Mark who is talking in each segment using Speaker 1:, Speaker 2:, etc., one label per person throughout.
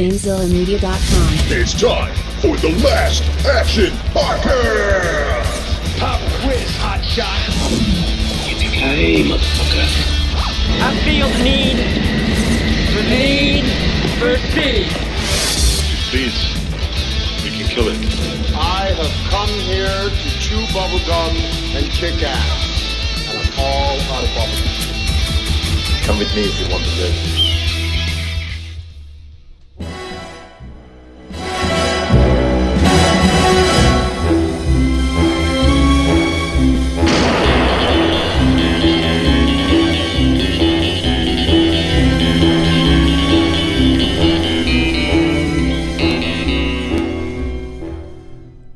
Speaker 1: GamezillaMedia.com.
Speaker 2: It's time for the Last Action Podcast.
Speaker 3: Pop quiz, hotshot.
Speaker 4: Hey, motherfucker.
Speaker 3: I feel the need for need for speed.
Speaker 2: Please, we can kill it.
Speaker 5: I have come here to chew bubblegum and kick ass. And I'm all out of bubblegum.
Speaker 2: Come with me if you want to live.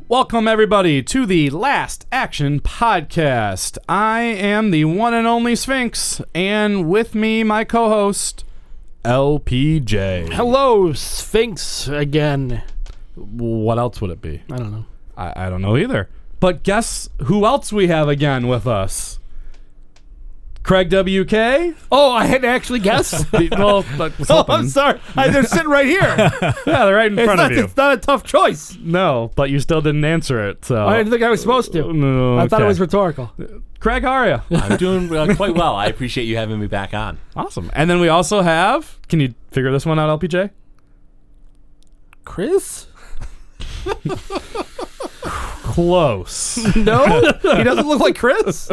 Speaker 6: Welcome, everybody, to the Last Action Podcast. I am the one and only Sphinx, and with me, my co host, LPJ.
Speaker 7: Hello, Sphinx again.
Speaker 6: What else would it be?
Speaker 7: I don't know.
Speaker 6: I, I don't know either. But guess who else we have again with us? Craig WK?
Speaker 7: Oh, I had to actually guess.
Speaker 6: The- well, but was
Speaker 7: oh,
Speaker 6: hoping-
Speaker 7: I'm sorry. I, they're sitting right here. It's
Speaker 6: Yeah, they're right in front
Speaker 7: not,
Speaker 6: of you.
Speaker 7: it's not a tough choice.
Speaker 6: No, but you still didn't answer it. So.
Speaker 7: I didn't think I was supposed to.
Speaker 6: No,
Speaker 7: I thought it
Speaker 6: Mm, okay.
Speaker 7: was rhetorical.
Speaker 6: Craig, how are you?
Speaker 8: I'm doing uh, quite well. I appreciate you having me back on.
Speaker 6: awesome. And then we also have. Can you figure this one out, LPJ?
Speaker 7: Chris?
Speaker 6: Close.
Speaker 7: No, he doesn't look like Chris.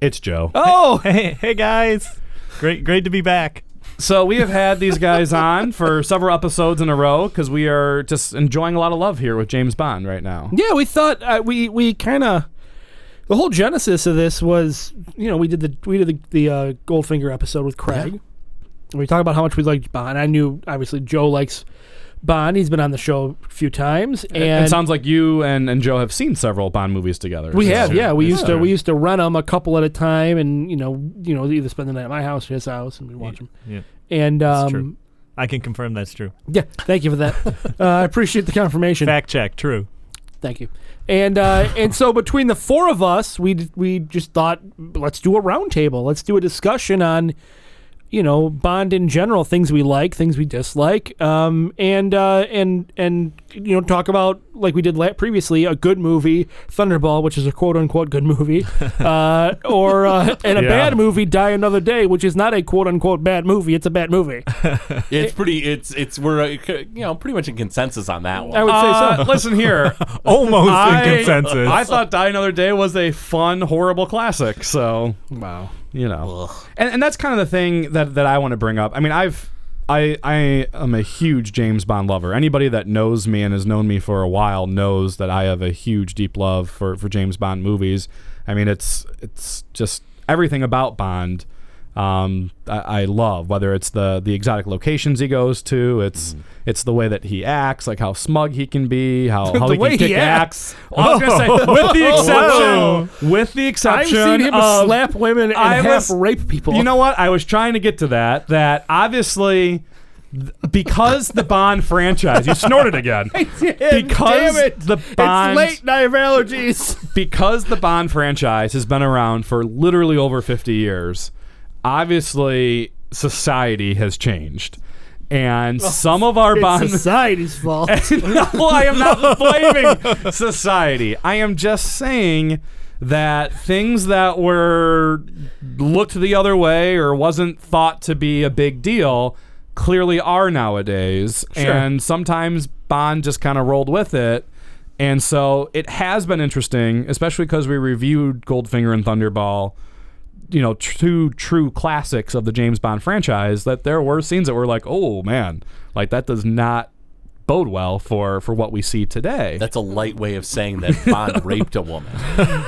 Speaker 6: it's Joe.
Speaker 7: Oh,
Speaker 9: Hey, hey guys. Great great to be back.
Speaker 6: So we have had these guys on for several episodes in a row because we are just enjoying a lot of love here with James Bond right now.
Speaker 7: yeah. We thought uh, we we kind of the whole genesis of this was you know we did the we did the, the uh, Goldfinger episode with Craig. And We talked about how much we liked Bond. I knew obviously Joe likes Bond. He's been on the show a few times, and,
Speaker 6: it sounds like you and, and Joe have seen several Bond movies together.
Speaker 7: We
Speaker 6: It's
Speaker 7: have,
Speaker 6: true.
Speaker 7: yeah. We
Speaker 6: It's
Speaker 7: used to
Speaker 6: true.
Speaker 7: we used to rent them a couple at a time, and you know, you know, either spend the night at my house or his house, and we watch them.
Speaker 9: Yeah.
Speaker 7: And
Speaker 9: true.
Speaker 7: um,
Speaker 9: I can confirm that's true.
Speaker 7: yeah, thank you for that. uh, I appreciate the confirmation.
Speaker 9: Fact check, true.
Speaker 7: Thank you. And uh, and so between the four of us, we d- we just thought let's do a roundtable. Let's do a discussion on you know Bond in general, things we like, things we dislike, um, and uh, and and you know talk about like we did la- previously a good movie, Thunderball, which is a quote unquote good movie, uh, or uh, and a
Speaker 6: Yeah.
Speaker 7: bad movie, Die Another Day, which is not a quote unquote bad movie. It's a bad movie.
Speaker 8: It's pretty. It's it's we're uh, c- you know pretty much in consensus on that
Speaker 7: I
Speaker 8: one.
Speaker 7: would say so.
Speaker 6: Uh, listen here.
Speaker 9: Almost
Speaker 6: I,
Speaker 9: in consensus.
Speaker 6: I thought Die Another Day was a fun, horrible classic. So
Speaker 7: Wow.
Speaker 6: you know, and, and that's kind of the thing that that I want to bring up. I mean, I've I I am a huge James Bond lover. Anybody that knows me and has known me for a while knows that I have a huge deep love for for James Bond movies. I mean, it's it's just everything about Bond. Um, I, I love whether it's the the exotic locations he goes to, it's it's the way that he acts, like how smug he can be, how, how
Speaker 7: The
Speaker 6: he
Speaker 7: way
Speaker 6: can kick
Speaker 7: he Oh.
Speaker 6: acts. I was gonna say, with the
Speaker 7: Whoa.
Speaker 6: exception, with the
Speaker 7: I've
Speaker 6: exception
Speaker 7: seen him
Speaker 6: of
Speaker 7: slap women and
Speaker 6: I
Speaker 7: half
Speaker 6: was-
Speaker 7: rape people.
Speaker 6: you know what? I was trying to get to that. That obviously, th- because the Bond franchise, you snorted again. Because
Speaker 7: Damn it.
Speaker 6: the Bond,
Speaker 7: It's late, and I have allergies.
Speaker 6: because the Bond franchise has been around for literally over fifty years. Obviously, society has changed, and
Speaker 7: Oh,
Speaker 6: some of our Bond
Speaker 7: society's fault.
Speaker 6: no, I am not blaming society. I am just saying that things that were looked the other way or wasn't thought to be a big deal clearly are nowadays. And sometimes Bond just kind of rolled with it. And so it has been interesting, especially because we reviewed Goldfinger and Thunderball you know, two true classics of the James Bond franchise that there were scenes that were like, oh man, like that does not bode well for for what we see today.
Speaker 8: That's a light way of saying that Bond raped a woman.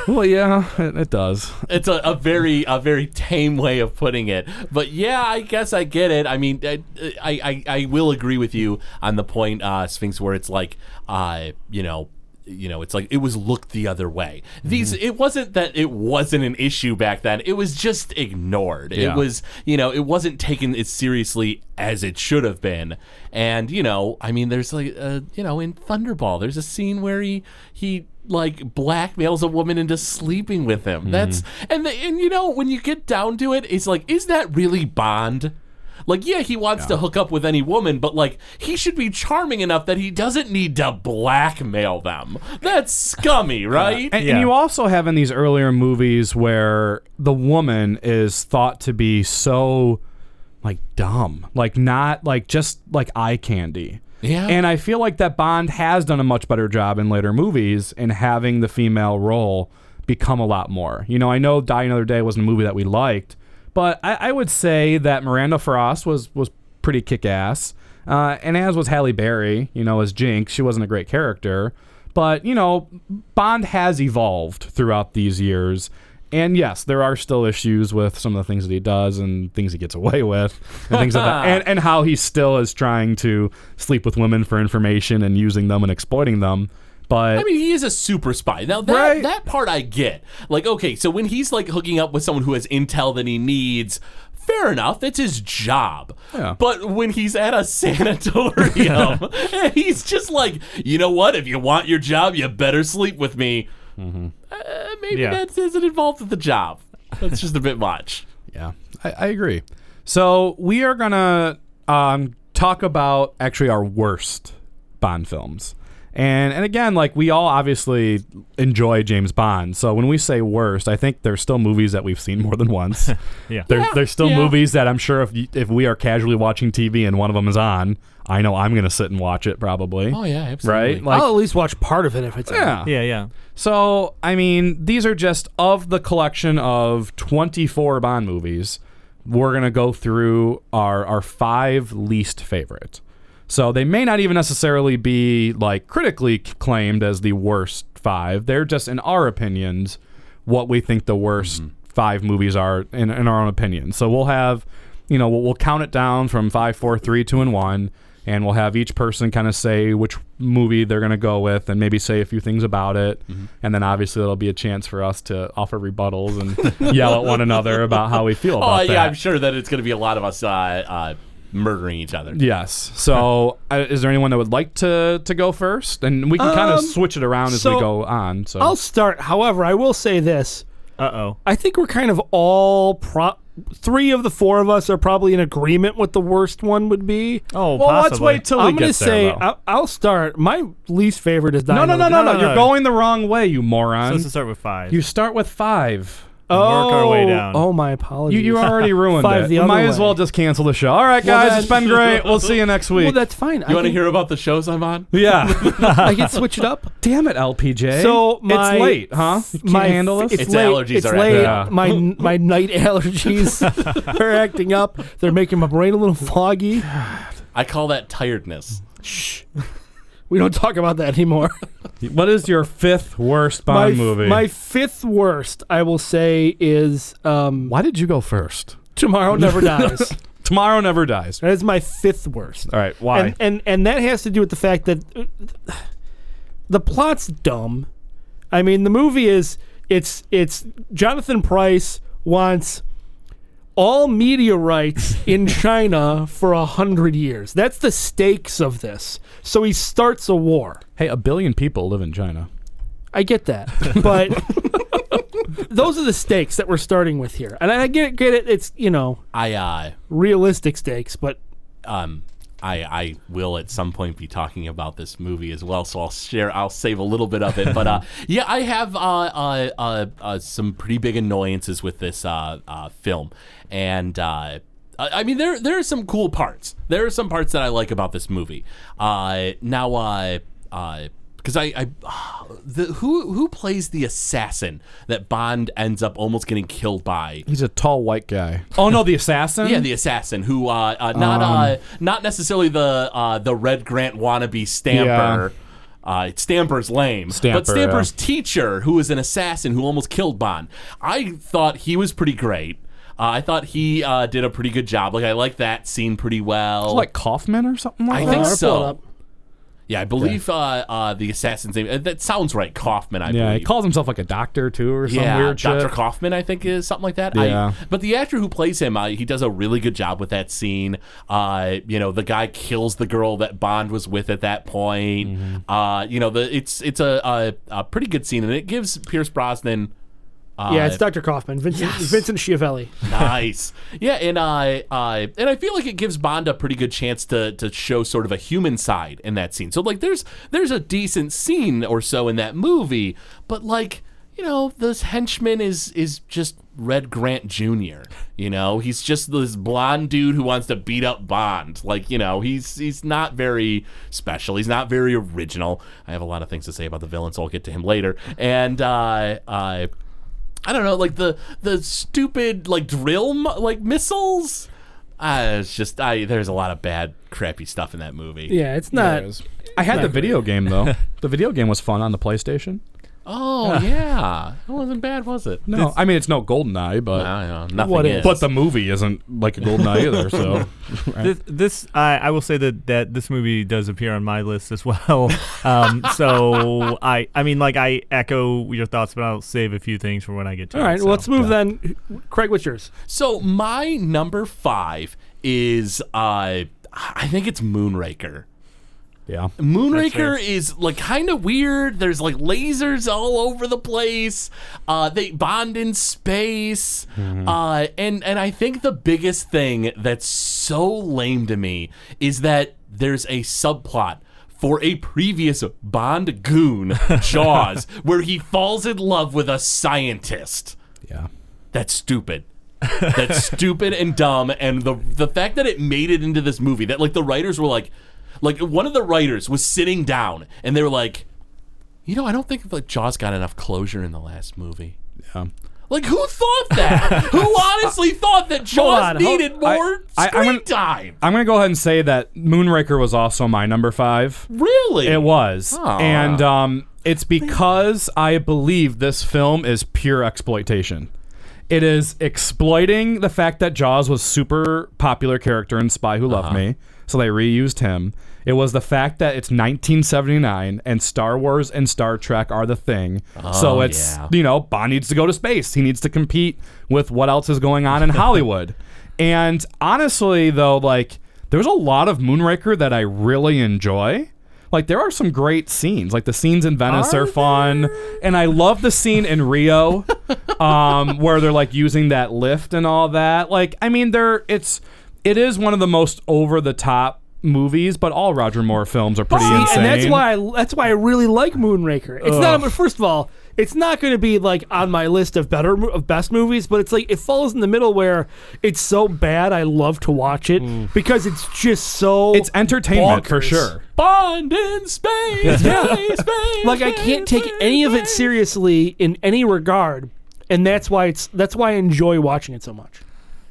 Speaker 6: well, yeah, it, it does.
Speaker 8: It's a, a very a very tame way of putting it. But yeah, I guess I get it. I mean, I I, I, I will agree with you on the point, uh, Sphinx, where it's like, uh, you know. You know, it's like it was looked the other way. These, it wasn't that it wasn't an issue back then. It was just ignored.
Speaker 6: Yeah.
Speaker 8: It was was, you know, it wasn't taken as seriously as it should have been. And, you know, I mean, there's like, uh, you know, in Thunderball, there's a scene where he, he, like blackmails a woman into sleeping with him. That's and the, and you know when you get down to it, it's like, is that really Bond? Like, yeah, he wants to hook up with any woman, but like, he should be charming enough that he doesn't need to blackmail them. That's scummy, right?
Speaker 6: And,
Speaker 9: Yeah.
Speaker 6: and you also have in these earlier movies where the woman is thought to be so like dumb, like not like just like eye candy.
Speaker 8: Yeah.
Speaker 6: And I feel like that Bond has done a much better job in later movies in having the female role become a lot more. You know, I know Die Another Day wasn't a movie that we liked, but I, I would say that Miranda Frost was was pretty kick ass. Uh, and as was Halle Berry, you know, as Jinx, she wasn't a great character. But, you know, Bond has evolved throughout these years. And yes, there are still issues with some of the things that he does and things he gets away with and things like that. And, and how he still is trying to sleep with women for information and using them and exploiting them. But
Speaker 8: I mean, he is a super spy. Now that
Speaker 6: Right.
Speaker 8: that part I get. Like, okay, so when he's like hooking up with someone who has intel that he needs. Fair enough, it's his job.
Speaker 6: Yeah.
Speaker 8: But when he's at a sanatorium, and he's just like, you know what? If you want your job, you better sleep with me.
Speaker 6: Mm-hmm.
Speaker 8: Uh, maybe
Speaker 9: Yeah.
Speaker 8: that isn't involved with the job. That's just a bit much.
Speaker 6: Yeah, I, I agree. So we are gonna um, talk about actually our worst Bond films, and and again, like we all obviously enjoy James Bond. So when we say worst, I think there's still movies that we've seen more than once.
Speaker 9: Yeah.
Speaker 6: There, there's still
Speaker 8: yeah.
Speaker 6: movies that I'm sure if y- if we are casually watching TV and one of them is on, I know I'm gonna sit and watch it probably.
Speaker 8: Oh, yeah, Oh,
Speaker 6: Right? Like,
Speaker 7: I'll at least watch part of it if it's on.
Speaker 6: yeah.
Speaker 9: Yeah, yeah.
Speaker 6: So, I mean, these are just of the collection of 24 Bond movies. We're going to go through our, our five least favorite. So, they may not even necessarily be like critically c- claimed as the worst five. They're just, in our opinions, what we think the worst
Speaker 8: Mm-hmm.
Speaker 6: five movies are in, in our own opinion. So, we'll have, you know, we'll, we'll count it down from five, four, three, two, and one. And we'll have each person kind of say which movie they're going to go with and maybe say a few things about it.
Speaker 8: Mm-hmm.
Speaker 6: And then obviously there'll be a chance for us to offer rebuttals and yell at one another about how we feel
Speaker 8: Oh
Speaker 6: about
Speaker 8: yeah,
Speaker 6: that.
Speaker 8: I'm sure that it's going to be a lot of us uh, uh, murdering each other.
Speaker 6: Yes. So uh, is there anyone that would like to, to go first? And we can kind of
Speaker 7: Um,
Speaker 6: switch it around as
Speaker 7: so
Speaker 6: we go on. So
Speaker 7: I'll start. However, I will say this.
Speaker 9: Uh oh.
Speaker 7: I think we're kind of all pro- three of the four of us are probably in agreement what the worst one would be.
Speaker 9: Oh,
Speaker 6: well, let's
Speaker 9: possibly.
Speaker 6: wait till
Speaker 7: I'm
Speaker 6: we
Speaker 7: gonna
Speaker 6: get
Speaker 7: say
Speaker 6: there. though.
Speaker 7: I'll, I'll start. My least favorite is
Speaker 6: no,
Speaker 7: Dino.
Speaker 6: no, no, no,
Speaker 9: No,
Speaker 6: no.
Speaker 9: no,
Speaker 6: You're
Speaker 9: no.
Speaker 6: going the wrong way, you moron.
Speaker 9: Supposed to start with five.
Speaker 6: You start with five.
Speaker 9: work our way down.
Speaker 7: Oh, my apologies.
Speaker 6: You, you already ruined
Speaker 7: Five
Speaker 6: it.
Speaker 7: the
Speaker 6: We
Speaker 7: other
Speaker 6: might as
Speaker 7: way.
Speaker 6: well just cancel the show. All right,
Speaker 7: Well,
Speaker 6: guys,
Speaker 7: then-
Speaker 6: it's been great. We'll see you next week.
Speaker 7: well, that's fine. I
Speaker 8: You want to
Speaker 7: can-
Speaker 8: hear about the shows I'm on?
Speaker 6: yeah.
Speaker 7: I can switch it up.
Speaker 6: Damn it, LPJ.
Speaker 7: So my
Speaker 6: Eh? it's late, huh? You can't
Speaker 7: my
Speaker 6: handle
Speaker 7: f-
Speaker 6: this.
Speaker 8: It's
Speaker 7: late.
Speaker 8: allergies
Speaker 7: it's
Speaker 8: are
Speaker 7: late.
Speaker 6: acting up.
Speaker 7: My my night allergies are acting up. They're making my brain a little foggy.
Speaker 8: I call that tiredness.
Speaker 7: We don't talk about that anymore.
Speaker 6: what is your fifth worst
Speaker 7: my
Speaker 6: Bond
Speaker 7: f-
Speaker 6: movie?
Speaker 7: my fifth worst, I will say, is um,
Speaker 6: Why did you go first?
Speaker 7: Tomorrow Never Dies.
Speaker 6: Tomorrow never dies.
Speaker 7: That is my fifth worst.
Speaker 6: All right, why?
Speaker 7: And, and and that has to do with the fact that uh, the plot's dumb. I mean, the movie is it's it's Jonathan Price wants all media rights in China for a hundred years. That's the stakes of this. So he starts a war.
Speaker 6: hey, a billion people live in China.
Speaker 7: I get that, but those are the stakes that we're starting with here. And I get it, get it. It's you know
Speaker 8: I uh,
Speaker 7: realistic stakes, but
Speaker 8: um, I I will at some point be talking about this movie as well, so I'll share. I'll save a little bit of it, but uh, yeah, I have uh, uh, uh, uh, some pretty big annoyances with this uh, uh, film, and. Uh, I I mean, there there are some cool parts. There are some parts that I like about this movie. Uh, now, uh, uh, because I, I the, who who plays the assassin that Bond ends up almost getting killed by?
Speaker 6: He's a tall white guy. Oh no, the assassin. Um,
Speaker 8: Yeah, the assassin who uh, uh, not uh, not necessarily the uh, the Red Grant wannabe Stamper. Uh, Stamper's lame,
Speaker 6: Stamper,
Speaker 8: but Stamper's teacher, who is an assassin who almost killed Bond, I thought he was pretty great. Uh, I thought he uh, did a pretty good job. Like I like that scene pretty well.
Speaker 6: like Kaufman or something like
Speaker 8: I
Speaker 6: that.
Speaker 8: think
Speaker 7: pull it
Speaker 8: so.
Speaker 7: up.
Speaker 8: Yeah, I believe Uh, uh, the assassin's name. uh, That sounds right, Kaufman. I
Speaker 6: Yeah, he
Speaker 8: believe.
Speaker 6: calls himself like a doctor too, or some weird
Speaker 8: Dr.
Speaker 6: shit.
Speaker 8: Kaufman, I think, is something like that.
Speaker 6: Yeah.
Speaker 8: I, but the actor who plays him, uh, he does a really good job with that scene. Uh, you know, the guy kills the girl that Bond was with at that point.
Speaker 6: Mm-hmm.
Speaker 8: Uh, you know, the it's it's a, a a pretty good scene, and it gives Pierce Brosnan Uh,
Speaker 7: yeah, it's Dr. Kaufman, Vincent, Vincent Schiavelli.
Speaker 8: nice. Yeah, and I, I, and I feel like it gives Bond a pretty good chance to to show sort of a human side in that scene. So like, there's there's a decent scene or so in that movie, but like, you know, this henchman is is just Red Grant Jr. You know, he's just this blonde dude who wants to beat up Bond. Like, you know, he's he's not very special. He's not very original. I have a lot of things to say about the villain, so I'll get to him later. And uh, I. I don't know, like the the stupid like drill mu- like missiles. Uh, it's just I there's a lot of bad crappy stuff in that movie.
Speaker 7: Yeah, it's not.
Speaker 6: I had the video game though. the video game was fun on the PlayStation.
Speaker 8: Oh yeah, it wasn't bad, was it?
Speaker 6: No, I mean it's no GoldenEye, but
Speaker 8: I don't know, nothing
Speaker 7: What
Speaker 8: is.
Speaker 7: is?
Speaker 6: but the movie isn't like a GoldenEye either. So
Speaker 9: This, this I I will say that, that this movie does appear on my list as well. Um, so I, I mean, like I echo your thoughts, but I'll save a few things for when I get to.
Speaker 7: All
Speaker 9: it,
Speaker 7: right,
Speaker 9: so.
Speaker 7: well, let's move then. Craig, what's yours?
Speaker 8: so my number five is uh, I think it's Moonraker.
Speaker 6: yeah,
Speaker 8: Moonraker is like kind of weird. There's like lasers all over the place. Uh, they bond in space. Uh, and and I think the biggest thing that's so lame to me is that there's a subplot for a previous Bond goon, Jaws, where he falls in love with a scientist
Speaker 6: yeah.
Speaker 8: that's stupid. That's stupid and dumb. And the the fact that it made it into this movie, that like the writers were like, like one of the writers was sitting down and they were like, you know, I don't think like Jaws got enough closure in the last movie.
Speaker 6: Yeah.
Speaker 8: Like who thought that? who honestly thought that Jaws
Speaker 7: on, hold-
Speaker 8: needed more
Speaker 6: I- I- I'm
Speaker 8: screen
Speaker 6: gonna-
Speaker 8: time?
Speaker 6: I'm gonna go ahead and say that Moonraker was also my number five.
Speaker 8: Really?
Speaker 6: It was,
Speaker 8: Aw.
Speaker 6: and um, it's because I believe this film is pure exploitation. It is exploiting the fact that Jaws was super popular character in Spy Who Loved Me, so they reused him. It was the fact that it's 1979 and Star Wars and Star Trek are the thing. so it's
Speaker 8: yeah.
Speaker 6: you know Bond needs to go to space. He needs to compete with what else is going on in Hollywood. and honestly, though, like there's a lot of Moonraker that I really enjoy. Like there are some great scenes. Like the scenes in Venice are, fun, and I love the scene in Rio, um, where they're like using that lift and all that. Like I mean, they're it's it is one of the most over the top movies, but all Roger Moore films are pretty insane.
Speaker 7: and that's why I, that's why I really like Moonraker. It's not. First of all, it's not going to be like on my list of better mo- of best movies, but it's like it falls in the middle where it's so bad I love to watch it because it's just so
Speaker 6: Mm. it's entertainment for
Speaker 7: bonkers.
Speaker 6: sure.
Speaker 8: Bond in space. space, space,
Speaker 7: Like I
Speaker 8: space,
Speaker 7: can't take
Speaker 8: space,
Speaker 7: any of it
Speaker 8: space.
Speaker 7: seriously in any regard, and that's why it's that's why I enjoy watching it so much.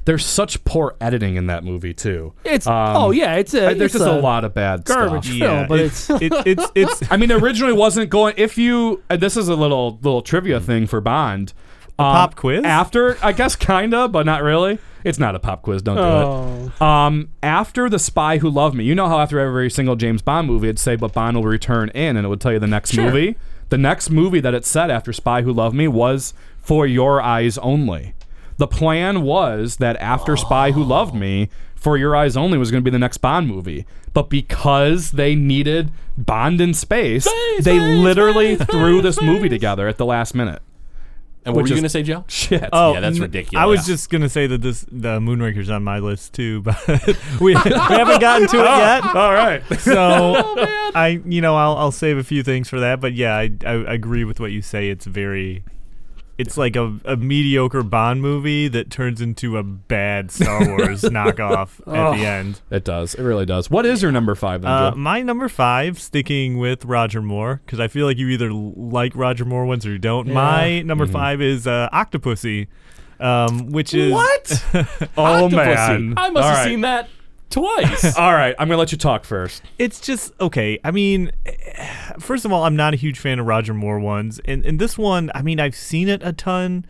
Speaker 6: There's such poor editing in that movie too.
Speaker 7: It's
Speaker 6: Um,
Speaker 7: oh yeah, it's a
Speaker 6: I- there's
Speaker 7: it's
Speaker 6: just a, lot of bad
Speaker 7: garbage
Speaker 6: stuff.
Speaker 7: film, but it's
Speaker 9: it, it's it's
Speaker 6: I mean, originally wasn't going. If you, uh, this is a little little trivia
Speaker 7: Hmm.
Speaker 6: thing for Bond. Um,
Speaker 9: pop quiz?
Speaker 6: after I guess kinda, but not really. It's not a pop quiz. Don't do
Speaker 7: oh.
Speaker 6: it. Um, after the Spy Who Loved Me, you know how after every single James Bond movie, it'd say, "But Bond will return in," and it would tell you the next movie. The next movie that it said after Spy Who Loved Me was For Your Eyes Only. The plan was that after Spy Who Loved Me, For Your Eyes Only was going to be the next Bond movie. But because they needed Bond in space, they
Speaker 8: space,
Speaker 6: literally
Speaker 8: space,
Speaker 6: threw
Speaker 8: space,
Speaker 6: this
Speaker 8: space.
Speaker 6: movie together at the last minute.
Speaker 8: And what were
Speaker 6: which
Speaker 8: you
Speaker 6: is-
Speaker 8: gonna say, Joe?
Speaker 6: Shit.
Speaker 9: Oh,
Speaker 8: Yeah, that's
Speaker 9: n-
Speaker 8: ridiculous.
Speaker 9: I was just gonna say that this the Moonraker's on my list too, but we, we haven't gotten to it
Speaker 8: Oh,
Speaker 9: yet.
Speaker 6: All right.
Speaker 9: So I, you know, I'll, I'll save a few things for that. But yeah, I, I agree with what you say. It's very, it's like a, a mediocre Bond movie that turns into a bad Star Wars knockoff
Speaker 8: Oh.
Speaker 9: at the end.
Speaker 6: It does. It really does. What is your number five then,
Speaker 9: Uh,
Speaker 8: Um,
Speaker 6: Joe?
Speaker 9: my number five, sticking with Roger Moore, because I feel like you either l- like Roger Moore ones or you don't. My number
Speaker 8: Mm-hmm.
Speaker 9: five is uh, Octopussy, um, which is
Speaker 8: What?
Speaker 6: Oh
Speaker 8: Octopussy.
Speaker 6: man.
Speaker 8: I must
Speaker 6: All
Speaker 8: have
Speaker 6: right.
Speaker 8: seen that twice.
Speaker 6: All right, I'm gonna let you talk first.
Speaker 9: it's just okay. I mean, first of all, I'm not a huge fan of Roger Moore ones, and and this one, I mean, I've seen it a ton,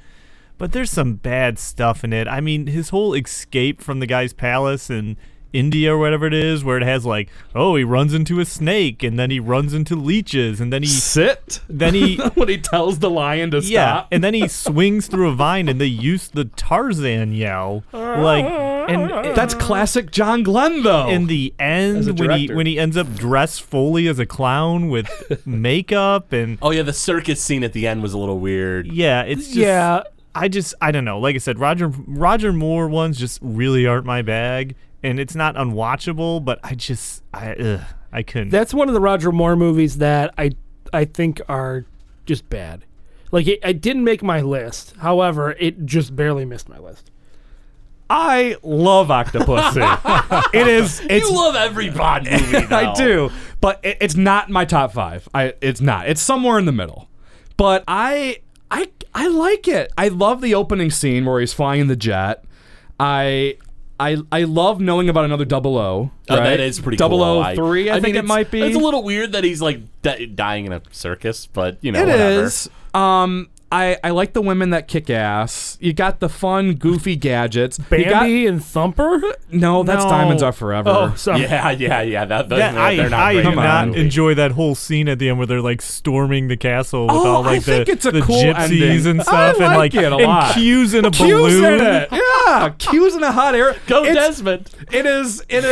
Speaker 9: but there's some bad stuff in it. I mean, his whole escape from the guy's palace and India or whatever it is, where it has like, oh, he runs into a snake and then he runs into leeches and then he
Speaker 6: Sit.
Speaker 9: then he
Speaker 6: when he tells the lion to
Speaker 9: yeah,
Speaker 6: stop.
Speaker 9: and then he swings through a vine and they use the Tarzan yell like and
Speaker 6: That's classic John Glenn, though.
Speaker 9: in the
Speaker 6: As a
Speaker 9: end when he
Speaker 6: director.
Speaker 9: when he ends up dressed fully as a clown with makeup and
Speaker 8: Oh yeah, the circus scene at the end was a little weird.
Speaker 9: yeah, it's just
Speaker 7: yeah.
Speaker 9: I just I don't know. Like I said, Roger Roger Moore ones just really aren't my bag, and it's not unwatchable. But I just I ugh, I couldn't.
Speaker 7: That's one of the Roger Moore movies that I I think are just bad. Like it, it didn't make my list. However, it just barely missed my list.
Speaker 6: I love Octopussy. it is. It's,
Speaker 8: You love every Bond movie. Though.
Speaker 6: I do, but it, it's not my top five. I it's not. It's somewhere in the middle. But I I I like it. I love the opening scene where he's flying the jet. I I I love knowing about another double O.
Speaker 8: Oh,
Speaker 6: right?
Speaker 8: that is pretty.
Speaker 6: Double
Speaker 8: cool.
Speaker 6: O three. I,
Speaker 8: mean,
Speaker 6: think it
Speaker 8: it's-
Speaker 6: might be.
Speaker 8: It's a little weird that he's like di- dying in a circus, but you know,
Speaker 6: It
Speaker 8: whatever.
Speaker 6: is. Um, I I like the women that kick ass. You got the fun, goofy gadgets. You got-
Speaker 7: Bambi and Thumper.
Speaker 6: no, that's
Speaker 9: No.
Speaker 6: Diamonds Are Forever.
Speaker 7: Oh, sorry.
Speaker 8: Yeah, yeah, yeah. That, those,
Speaker 9: Yeah,
Speaker 8: they're,
Speaker 9: I,
Speaker 8: they're not
Speaker 9: I
Speaker 8: great
Speaker 9: did
Speaker 8: in that
Speaker 9: not
Speaker 8: movie.
Speaker 9: enjoy that whole scene at the end where they're like storming the castle with
Speaker 6: Oh,
Speaker 9: all
Speaker 6: I
Speaker 9: like the,
Speaker 6: think it's a
Speaker 9: the
Speaker 6: cool
Speaker 9: gypsies
Speaker 6: ending.
Speaker 9: and
Speaker 6: I
Speaker 9: stuff, and
Speaker 6: like
Speaker 9: like
Speaker 6: it a
Speaker 9: and
Speaker 6: lot.
Speaker 9: cues in a
Speaker 6: Cues in
Speaker 9: balloon.
Speaker 6: it. Yeah, cues in a hot air.
Speaker 8: Go
Speaker 6: it's,
Speaker 8: Desmond.
Speaker 6: It is. It,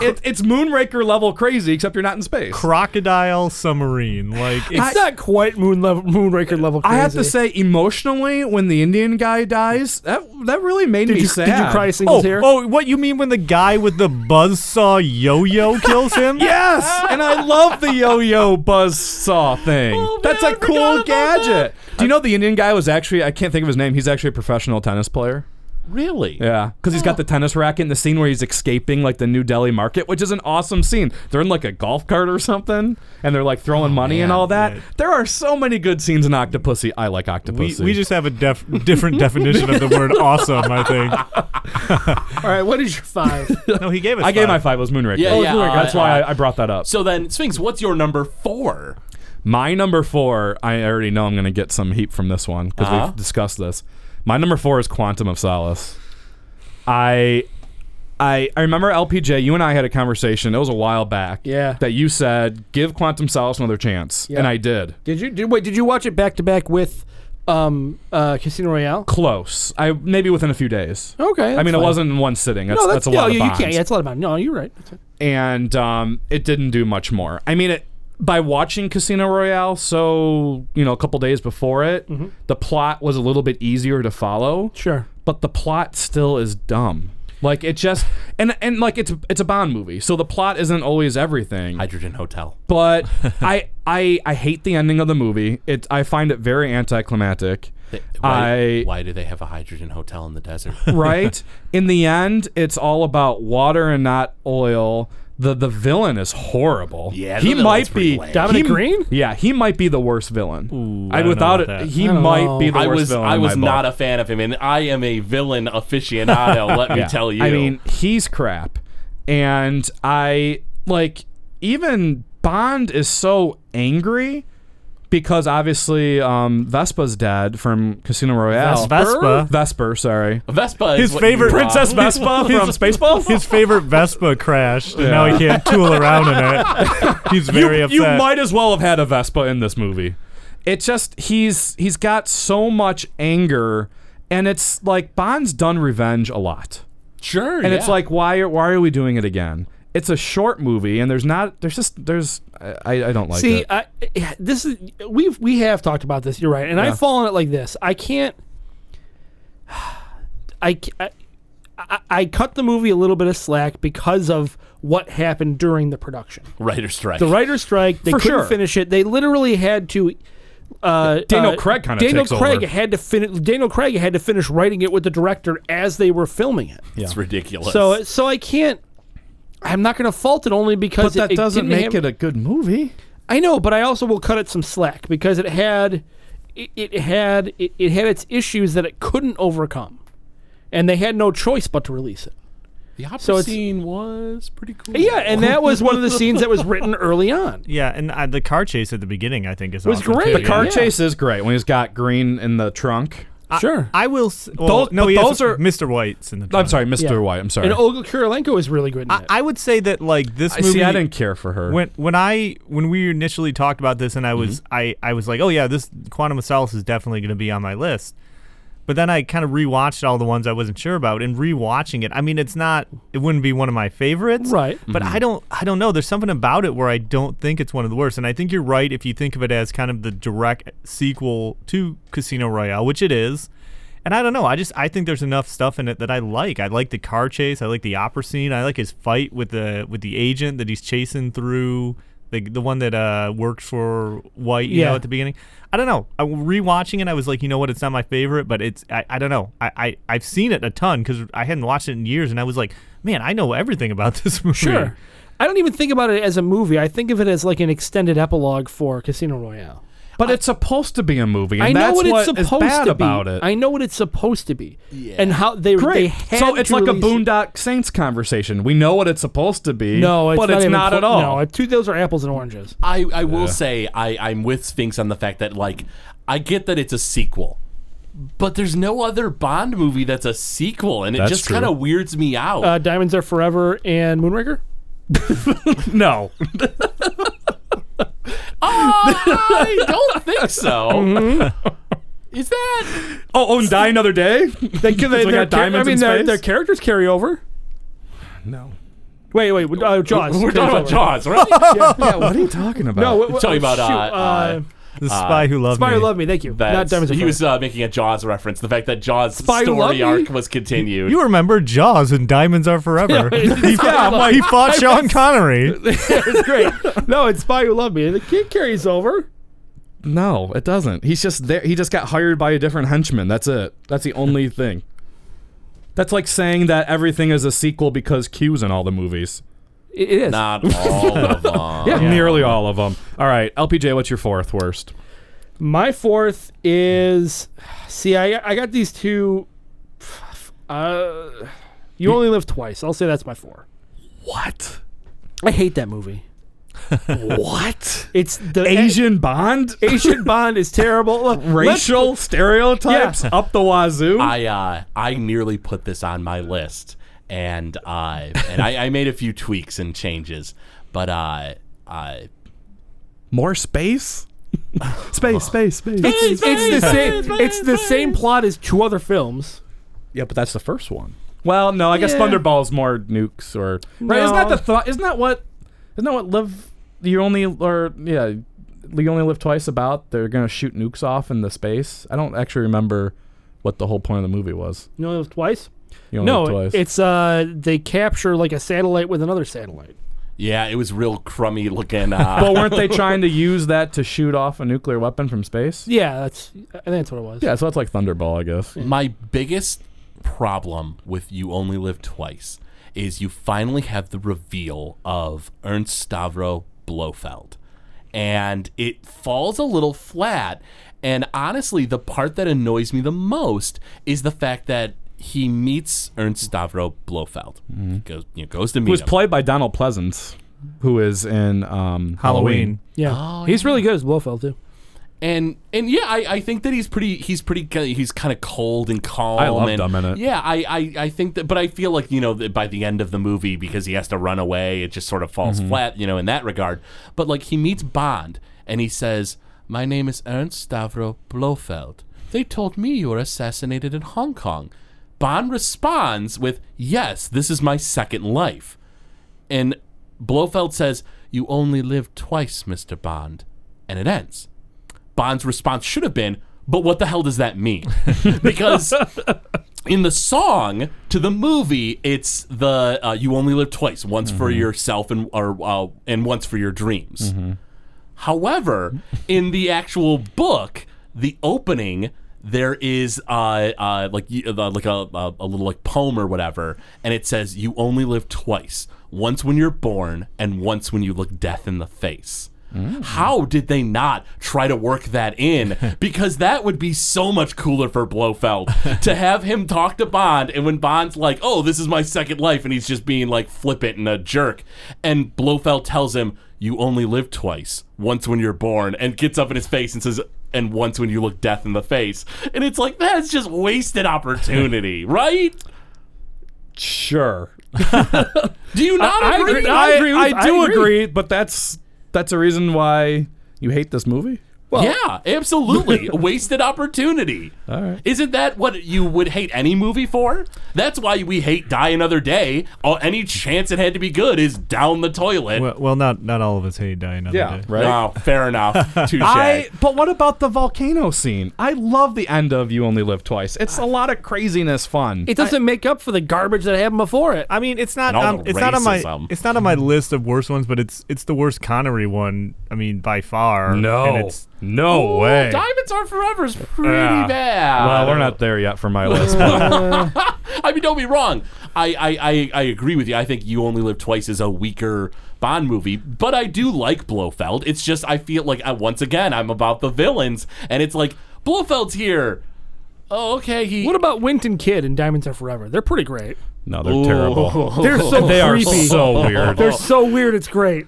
Speaker 6: it, it's Moonraker level crazy, except you're not in space.
Speaker 9: Crocodile submarine, like it's,
Speaker 7: It's not quite moon level, Moonraker level. Crazy.
Speaker 6: I have to say, emotionally, when the Indian guy dies, that that really made
Speaker 7: did
Speaker 6: me
Speaker 7: you,
Speaker 6: sad.
Speaker 7: did you cry a single
Speaker 9: oh,
Speaker 7: tear?
Speaker 9: oh, what you mean when the guy with the buzzsaw yo-yo kills him?
Speaker 6: Yes, and I love the yo-yo buzz saw thing.
Speaker 7: Oh,
Speaker 6: That's a cool gadget. Do you know the Indian guy was actually I can't think of his name. He's actually a professional tennis player.
Speaker 8: Really?
Speaker 6: Yeah, because he's got
Speaker 9: Oh.
Speaker 6: the tennis racket in the scene where he's escaping like the New Delhi market, which is an awesome scene. They're in like a golf cart or something, and they're like throwing money and all that.
Speaker 9: Oh, yeah.
Speaker 6: There are so many good scenes in Octopussy. I like
Speaker 9: We,
Speaker 6: Octopussy.
Speaker 9: we just have a def- different definition of the word awesome, I think.
Speaker 7: All right, what is your five?
Speaker 9: No, he gave us.
Speaker 6: I gave my five was Moonraker.
Speaker 8: Yeah, yeah, uh,
Speaker 6: That's why
Speaker 8: uh,
Speaker 6: I, I brought that up.
Speaker 8: So then, Sphinx, what's your number four?
Speaker 6: My number four, I already know I'm going to get some heat from this one because
Speaker 8: Uh-huh.
Speaker 6: we've discussed this. My number four is Quantum of Solace. I, I, I remember LPJ. You and I had a conversation. It was a while back.
Speaker 7: Yeah.
Speaker 6: That you said give Quantum Solace another chance,
Speaker 7: Yeah.
Speaker 6: and I did.
Speaker 7: did you did, wait? Did you watch it back to back with um, uh, Casino Royale?
Speaker 6: Close. I maybe within a few days.
Speaker 7: Okay, Oh,
Speaker 6: I
Speaker 7: that's
Speaker 6: mean,
Speaker 7: fine.
Speaker 6: it wasn't in one sitting. That's,
Speaker 7: no,
Speaker 6: that's,
Speaker 7: that's,
Speaker 6: a lot
Speaker 7: yeah,
Speaker 6: of
Speaker 7: you,
Speaker 6: bonds.
Speaker 7: you can't. Yeah, it's a lot of bonds. No, you're right. That's it.
Speaker 6: and um, it didn't do much more. I mean, it by watching Casino Royale, so you know, a couple days before it,
Speaker 8: Mm-hmm.
Speaker 6: the plot was a little bit easier to follow.
Speaker 7: Sure.
Speaker 6: but the plot still is dumb. Like it just and and like it's it's a Bond movie, so the plot isn't always everything.
Speaker 8: Hydrogen Hotel.
Speaker 6: but I I I hate the ending of the movie. It I find it very anticlimactic.
Speaker 8: They- Why,
Speaker 6: I-
Speaker 8: why do they have a hydrogen hotel in the desert?
Speaker 6: right? In the end, it's all about water and not oil. The the villain is horrible.
Speaker 8: Yeah,
Speaker 6: he
Speaker 8: the villain's
Speaker 6: might
Speaker 8: pretty
Speaker 6: be
Speaker 8: lame.
Speaker 7: Dominic
Speaker 6: he-
Speaker 7: Green?
Speaker 6: Yeah, he might be the worst villain. I
Speaker 9: I don't know
Speaker 6: without
Speaker 9: about
Speaker 6: it,
Speaker 9: that.
Speaker 6: he
Speaker 7: I don't
Speaker 6: might
Speaker 7: know.
Speaker 6: be the
Speaker 8: I
Speaker 6: worst
Speaker 8: was
Speaker 6: villain.
Speaker 8: I
Speaker 6: in
Speaker 8: was
Speaker 6: my
Speaker 8: not
Speaker 6: book.
Speaker 8: a fan of him, and I am a villain aficionado. let me
Speaker 6: Yeah.
Speaker 8: tell you.
Speaker 6: I mean, he's crap. And I like even Bond is so angry because obviously um, Vespa's dead from Casino Royale.
Speaker 9: Vespa?
Speaker 6: Vesper, sorry.
Speaker 8: Vespa. is
Speaker 9: His
Speaker 8: what
Speaker 9: favorite
Speaker 8: you, uh,
Speaker 9: Princess Vespa
Speaker 6: from Spaceballs?
Speaker 9: His favorite Vespa crashed, and now he can't tool around in it. He's very
Speaker 6: you,
Speaker 9: upset.
Speaker 6: you might as well have had a Vespa in this movie. It just he's he's got so much anger, and it's like Bond's done revenge a lot,
Speaker 8: Sure.
Speaker 6: and it's like why are why are we doing it again? It's a short movie, and there's not there's just there's I, I I don't like
Speaker 7: See, uh,
Speaker 6: it.
Speaker 7: I, eh, this is we've we have talked about this. You're right, and I've fallen it like this. I can't. I, ca- I I- I cut the movie a little bit of slack because of what happened during the production.
Speaker 8: writer strike.
Speaker 7: The writer's strike. They
Speaker 6: For
Speaker 7: couldn't
Speaker 6: sure.
Speaker 7: finish it. They literally had to. Uh,
Speaker 6: Daniel
Speaker 7: uh,
Speaker 6: Craig kinda
Speaker 7: Daniel
Speaker 6: takes
Speaker 7: Craig
Speaker 6: over.
Speaker 7: had to finish. Daniel Craig had to finish writing it with the director as they were filming it.
Speaker 8: It's ridiculous.
Speaker 7: So so I can't. I'm not going to fault it only
Speaker 6: but
Speaker 7: because
Speaker 6: that
Speaker 7: it, it
Speaker 6: doesn't
Speaker 7: didn't
Speaker 6: make
Speaker 7: have-
Speaker 6: it a good movie.
Speaker 7: I know, but I also will cut it some slack because it had it, it had it, it had its issues that it couldn't overcome. And they had no choice but to release it.
Speaker 8: the opera
Speaker 7: so it's-
Speaker 8: scene was pretty cool.
Speaker 7: Yeah, and that was one of the scenes that was written early on.
Speaker 9: yeah, and uh, the car chase at the beginning, I think, is
Speaker 7: was
Speaker 9: awesome,
Speaker 7: great.
Speaker 9: too.
Speaker 7: The
Speaker 6: Car
Speaker 7: Yeah.
Speaker 6: chase is great when he's got green in the trunk.
Speaker 7: Sure.
Speaker 9: I will. s- Well,
Speaker 6: Those-
Speaker 9: no,
Speaker 6: but
Speaker 9: he has-
Speaker 6: those are-
Speaker 9: Mr. White's in the.
Speaker 6: I'm
Speaker 9: trunk.
Speaker 6: sorry, Mr.
Speaker 7: Yeah.
Speaker 6: White. I'm sorry.
Speaker 7: and oh, Olga Kurilenko is really good in
Speaker 9: I,
Speaker 7: it.
Speaker 9: I would say that like this
Speaker 6: I
Speaker 9: movie.
Speaker 6: see. I didn't care for her.
Speaker 9: When when I when we initially talked about this and I was
Speaker 6: Mm-hmm.
Speaker 9: I, I was like oh yeah this Quantum of Solace is definitely going to be on my list, but then I kind of rewatched all the ones I wasn't sure about and rewatching it I mean it's not it wouldn't be one of my favorites
Speaker 7: Right.
Speaker 9: but I don't I don't know there's something about it where I don't think it's one of the worst and I think you're right if you think of it as kind of the direct sequel to Casino Royale which it is. And I don't know. I just I think there's enough stuff in it that I like. I like the car chase. I like the opera scene. I like his fight with the with the agent that he's chasing through the the one that uh worked for White. You
Speaker 7: Yeah.
Speaker 9: know at the beginning. I don't know. I rewatching it. I was like, you know what? It's not my favorite, but it's I, I don't know. I, I I've seen it a ton because I hadn't watched it in years, and I was like, man, I know everything about this movie.
Speaker 7: sure. I don't even think about it as a movie. I think of it as like an extended epilogue for Casino Royale.
Speaker 6: but it's supposed to be a movie. And
Speaker 7: I know
Speaker 6: that's
Speaker 7: what it's
Speaker 6: is
Speaker 7: supposed
Speaker 6: bad
Speaker 7: to be.
Speaker 6: about it.
Speaker 7: I know what it's supposed to be. And how they they
Speaker 6: Great.
Speaker 7: had
Speaker 6: So it's
Speaker 7: to
Speaker 6: like a
Speaker 7: release it.
Speaker 6: Boondock Saints conversation. We know what it's supposed to be.
Speaker 7: No, it's
Speaker 6: but
Speaker 7: not
Speaker 6: it's
Speaker 7: even
Speaker 6: not
Speaker 7: clo-
Speaker 6: at all.
Speaker 7: No, two, those are apples and oranges.
Speaker 8: I, I will say I, I'm with Sphinx on the fact that like I get that it's a sequel. But there's no other Bond movie that's a sequel, and it
Speaker 6: That's
Speaker 8: just
Speaker 6: true.
Speaker 8: kind of weirds me out.
Speaker 7: Uh, Diamonds Are Forever and Moonraker.
Speaker 6: no.
Speaker 8: I don't think so.
Speaker 7: Mm-hmm.
Speaker 8: Is that?
Speaker 6: Oh, oh, and die another day. They,
Speaker 7: They- their
Speaker 6: got
Speaker 7: char-
Speaker 6: diamonds
Speaker 7: I mean,
Speaker 6: in
Speaker 7: their,
Speaker 6: space?
Speaker 7: their characters carry over.
Speaker 6: no.
Speaker 7: Wait, wait, uh, Jaws.
Speaker 8: We're talking about
Speaker 7: carries over.
Speaker 8: Jaws, right?
Speaker 6: Yeah, what are you talking about?
Speaker 7: No, what, what,
Speaker 8: Talking about,
Speaker 7: shoot,
Speaker 8: uh, uh,
Speaker 9: The Spy Who Loved
Speaker 7: Spy
Speaker 9: Me.
Speaker 7: Who Loved Me. Thank you.
Speaker 8: That's-
Speaker 7: Not Diamonds Are
Speaker 8: he
Speaker 7: Forever.
Speaker 8: was uh, making a Jaws reference. The fact that Jaws'
Speaker 7: Spy Who Loved
Speaker 8: story
Speaker 7: Me?
Speaker 8: arc was continued.
Speaker 9: You remember Jaws and Diamonds Are Forever?
Speaker 7: Yeah,
Speaker 9: he,
Speaker 7: yeah, I'm like-
Speaker 9: he fought Sean Connery.
Speaker 7: it's great. No, it's Spy Who Loved Me. The kid carries over.
Speaker 6: no, it doesn't. He's just there. He just got hired by a different henchman. That's it. That's the only thing. That's like saying that everything is a sequel because Q's in all the movies.
Speaker 7: It it is.
Speaker 8: Not all of them.
Speaker 6: Nearly all of them. All right, LPJ, what's your fourth worst?
Speaker 7: My fourth is. See, I I got these two. Uh, you only live twice. I'll say that's my four.
Speaker 6: What?
Speaker 7: I hate that movie.
Speaker 6: What?
Speaker 7: It's the
Speaker 6: Asian Bond?
Speaker 7: Asian Bond is terrible. Look, let's-
Speaker 6: Racial stereotypes
Speaker 7: Yeah.
Speaker 6: up the wazoo.
Speaker 8: I uh, I nearly put this on my list, and uh, and I, I made a few tweaks and changes, but uh, I
Speaker 6: More space? space, space, space.
Speaker 7: It's, it's the same. It's the same plot as two other films.
Speaker 6: Yeah, but that's the first one. Well, no, I guess
Speaker 7: Yeah.
Speaker 6: Thunderball's more nukes or right. Isn't that the thought? Isn't that what? Isn't that what live? You only or yeah, you only live twice. About they're gonna shoot nukes off in the space. I don't actually remember what the whole point of the movie was.
Speaker 7: You only live twice.
Speaker 6: You only
Speaker 7: No,
Speaker 6: live Oh, twice.
Speaker 7: it's uh they capture like a satellite with another satellite.
Speaker 8: yeah, it was real crummy looking.
Speaker 6: but
Speaker 8: Uh,
Speaker 6: weren't they trying to use that to shoot off a nuclear weapon from space?
Speaker 7: Yeah, that's I think that's what it was.
Speaker 6: Yeah, so that's like Thunderball, I guess.
Speaker 8: my biggest problem with You Only Live Twice is you finally have the reveal of Ernst Stavro Blofeld. And it falls a little flat. And honestly, the part that annoys me the most is the fact that he meets Ernst Stavro Blofeld. Goes, you know, goes to meet
Speaker 6: It was
Speaker 8: him.
Speaker 6: played by Donald Pleasance, who is in um,
Speaker 9: Halloween.
Speaker 7: Yeah. He's really good as Blofeld too.
Speaker 8: and and yeah, I, I think that he's pretty he's pretty ki- he's kind of cold and calm.
Speaker 6: I loved
Speaker 8: and,
Speaker 6: him in it.
Speaker 8: Yeah, I, I I think that, but I feel like you know that by the end of the movie because he has to run away, it just sort of falls
Speaker 6: Mm-hmm.
Speaker 8: flat, you know, in that regard. But like he meets Bond and he says, "My name is Ernst Stavro Blofeld. They told me you were assassinated in Hong Kong." Bond responds with, "Yes, this is my second life." And Blofeld says, You only live twice, Mr. Bond. And it ends. Bond's response should have been, But what the hell does that mean? because in the song to the movie, it's the uh, You only live twice, once for yourself and, or, uh, and once for your dreams. However, in the actual book, the opening there is uh, uh, like you- uh, like a, a, a little like poem or whatever, and it says you only live twice: once when you're born, and once when you look death in the face. How did they not try to work that in? Because that would be so much cooler for Blofeld to have him talk to Bond, and when Bond's like, "Oh, this is my second life," and he's just being like flippant and a jerk, and Blofeld tells him, you only live twice, once when you're born, and gets up in his face and says, and once when you look death in the face. And it's like that's just wasted opportunity, right?
Speaker 6: Sure.
Speaker 8: Do you not
Speaker 6: I,
Speaker 8: agree?
Speaker 6: agree, I, I do agree. but that's that's a reason why you hate this movie. Well,
Speaker 8: yeah, absolutely. Wasted opportunity.
Speaker 6: Oh. All right.
Speaker 8: Isn't that what you would hate any movie for? That's why we hate Die Another Day. Oh, any chance it had to be good is down the toilet.
Speaker 9: Well, well, not not all of us hate Die Another
Speaker 6: Yeah,
Speaker 9: Day.
Speaker 6: right.
Speaker 8: Oh, fair enough. Touche.
Speaker 6: I but what about the volcano scene? I love the end of You Only Live Twice. It's a lot of craziness fun.
Speaker 7: It doesn't make up for the garbage that happened before it.
Speaker 9: I mean, it's not
Speaker 8: And all
Speaker 9: um,
Speaker 8: the
Speaker 9: it's not on my
Speaker 8: racism.
Speaker 9: it's not on my list of worst ones, but it's it's the worst Connery one. I mean, by far.
Speaker 6: no,
Speaker 9: and it's,
Speaker 6: no
Speaker 8: Ooh,
Speaker 6: way.
Speaker 8: Diamonds Are Forever is pretty
Speaker 6: Yeah.
Speaker 8: bad.
Speaker 6: Well, we're not there yet for my list.
Speaker 8: I mean, don't be wrong. I, I, I, I agree with you. I think You Only Live Twice is a weaker Bond movie, but I do like Blofeld. It's just, I feel like, I, once again, I'm about the villains, and it's like, Blofeld's here. Oh, okay. He,
Speaker 7: What about Winton Kid and Diamonds Are Forever? They're pretty great.
Speaker 6: No, they're terrible.
Speaker 7: They're so
Speaker 6: They are
Speaker 7: creepy.
Speaker 6: so weird.
Speaker 7: They're so weird. It's great.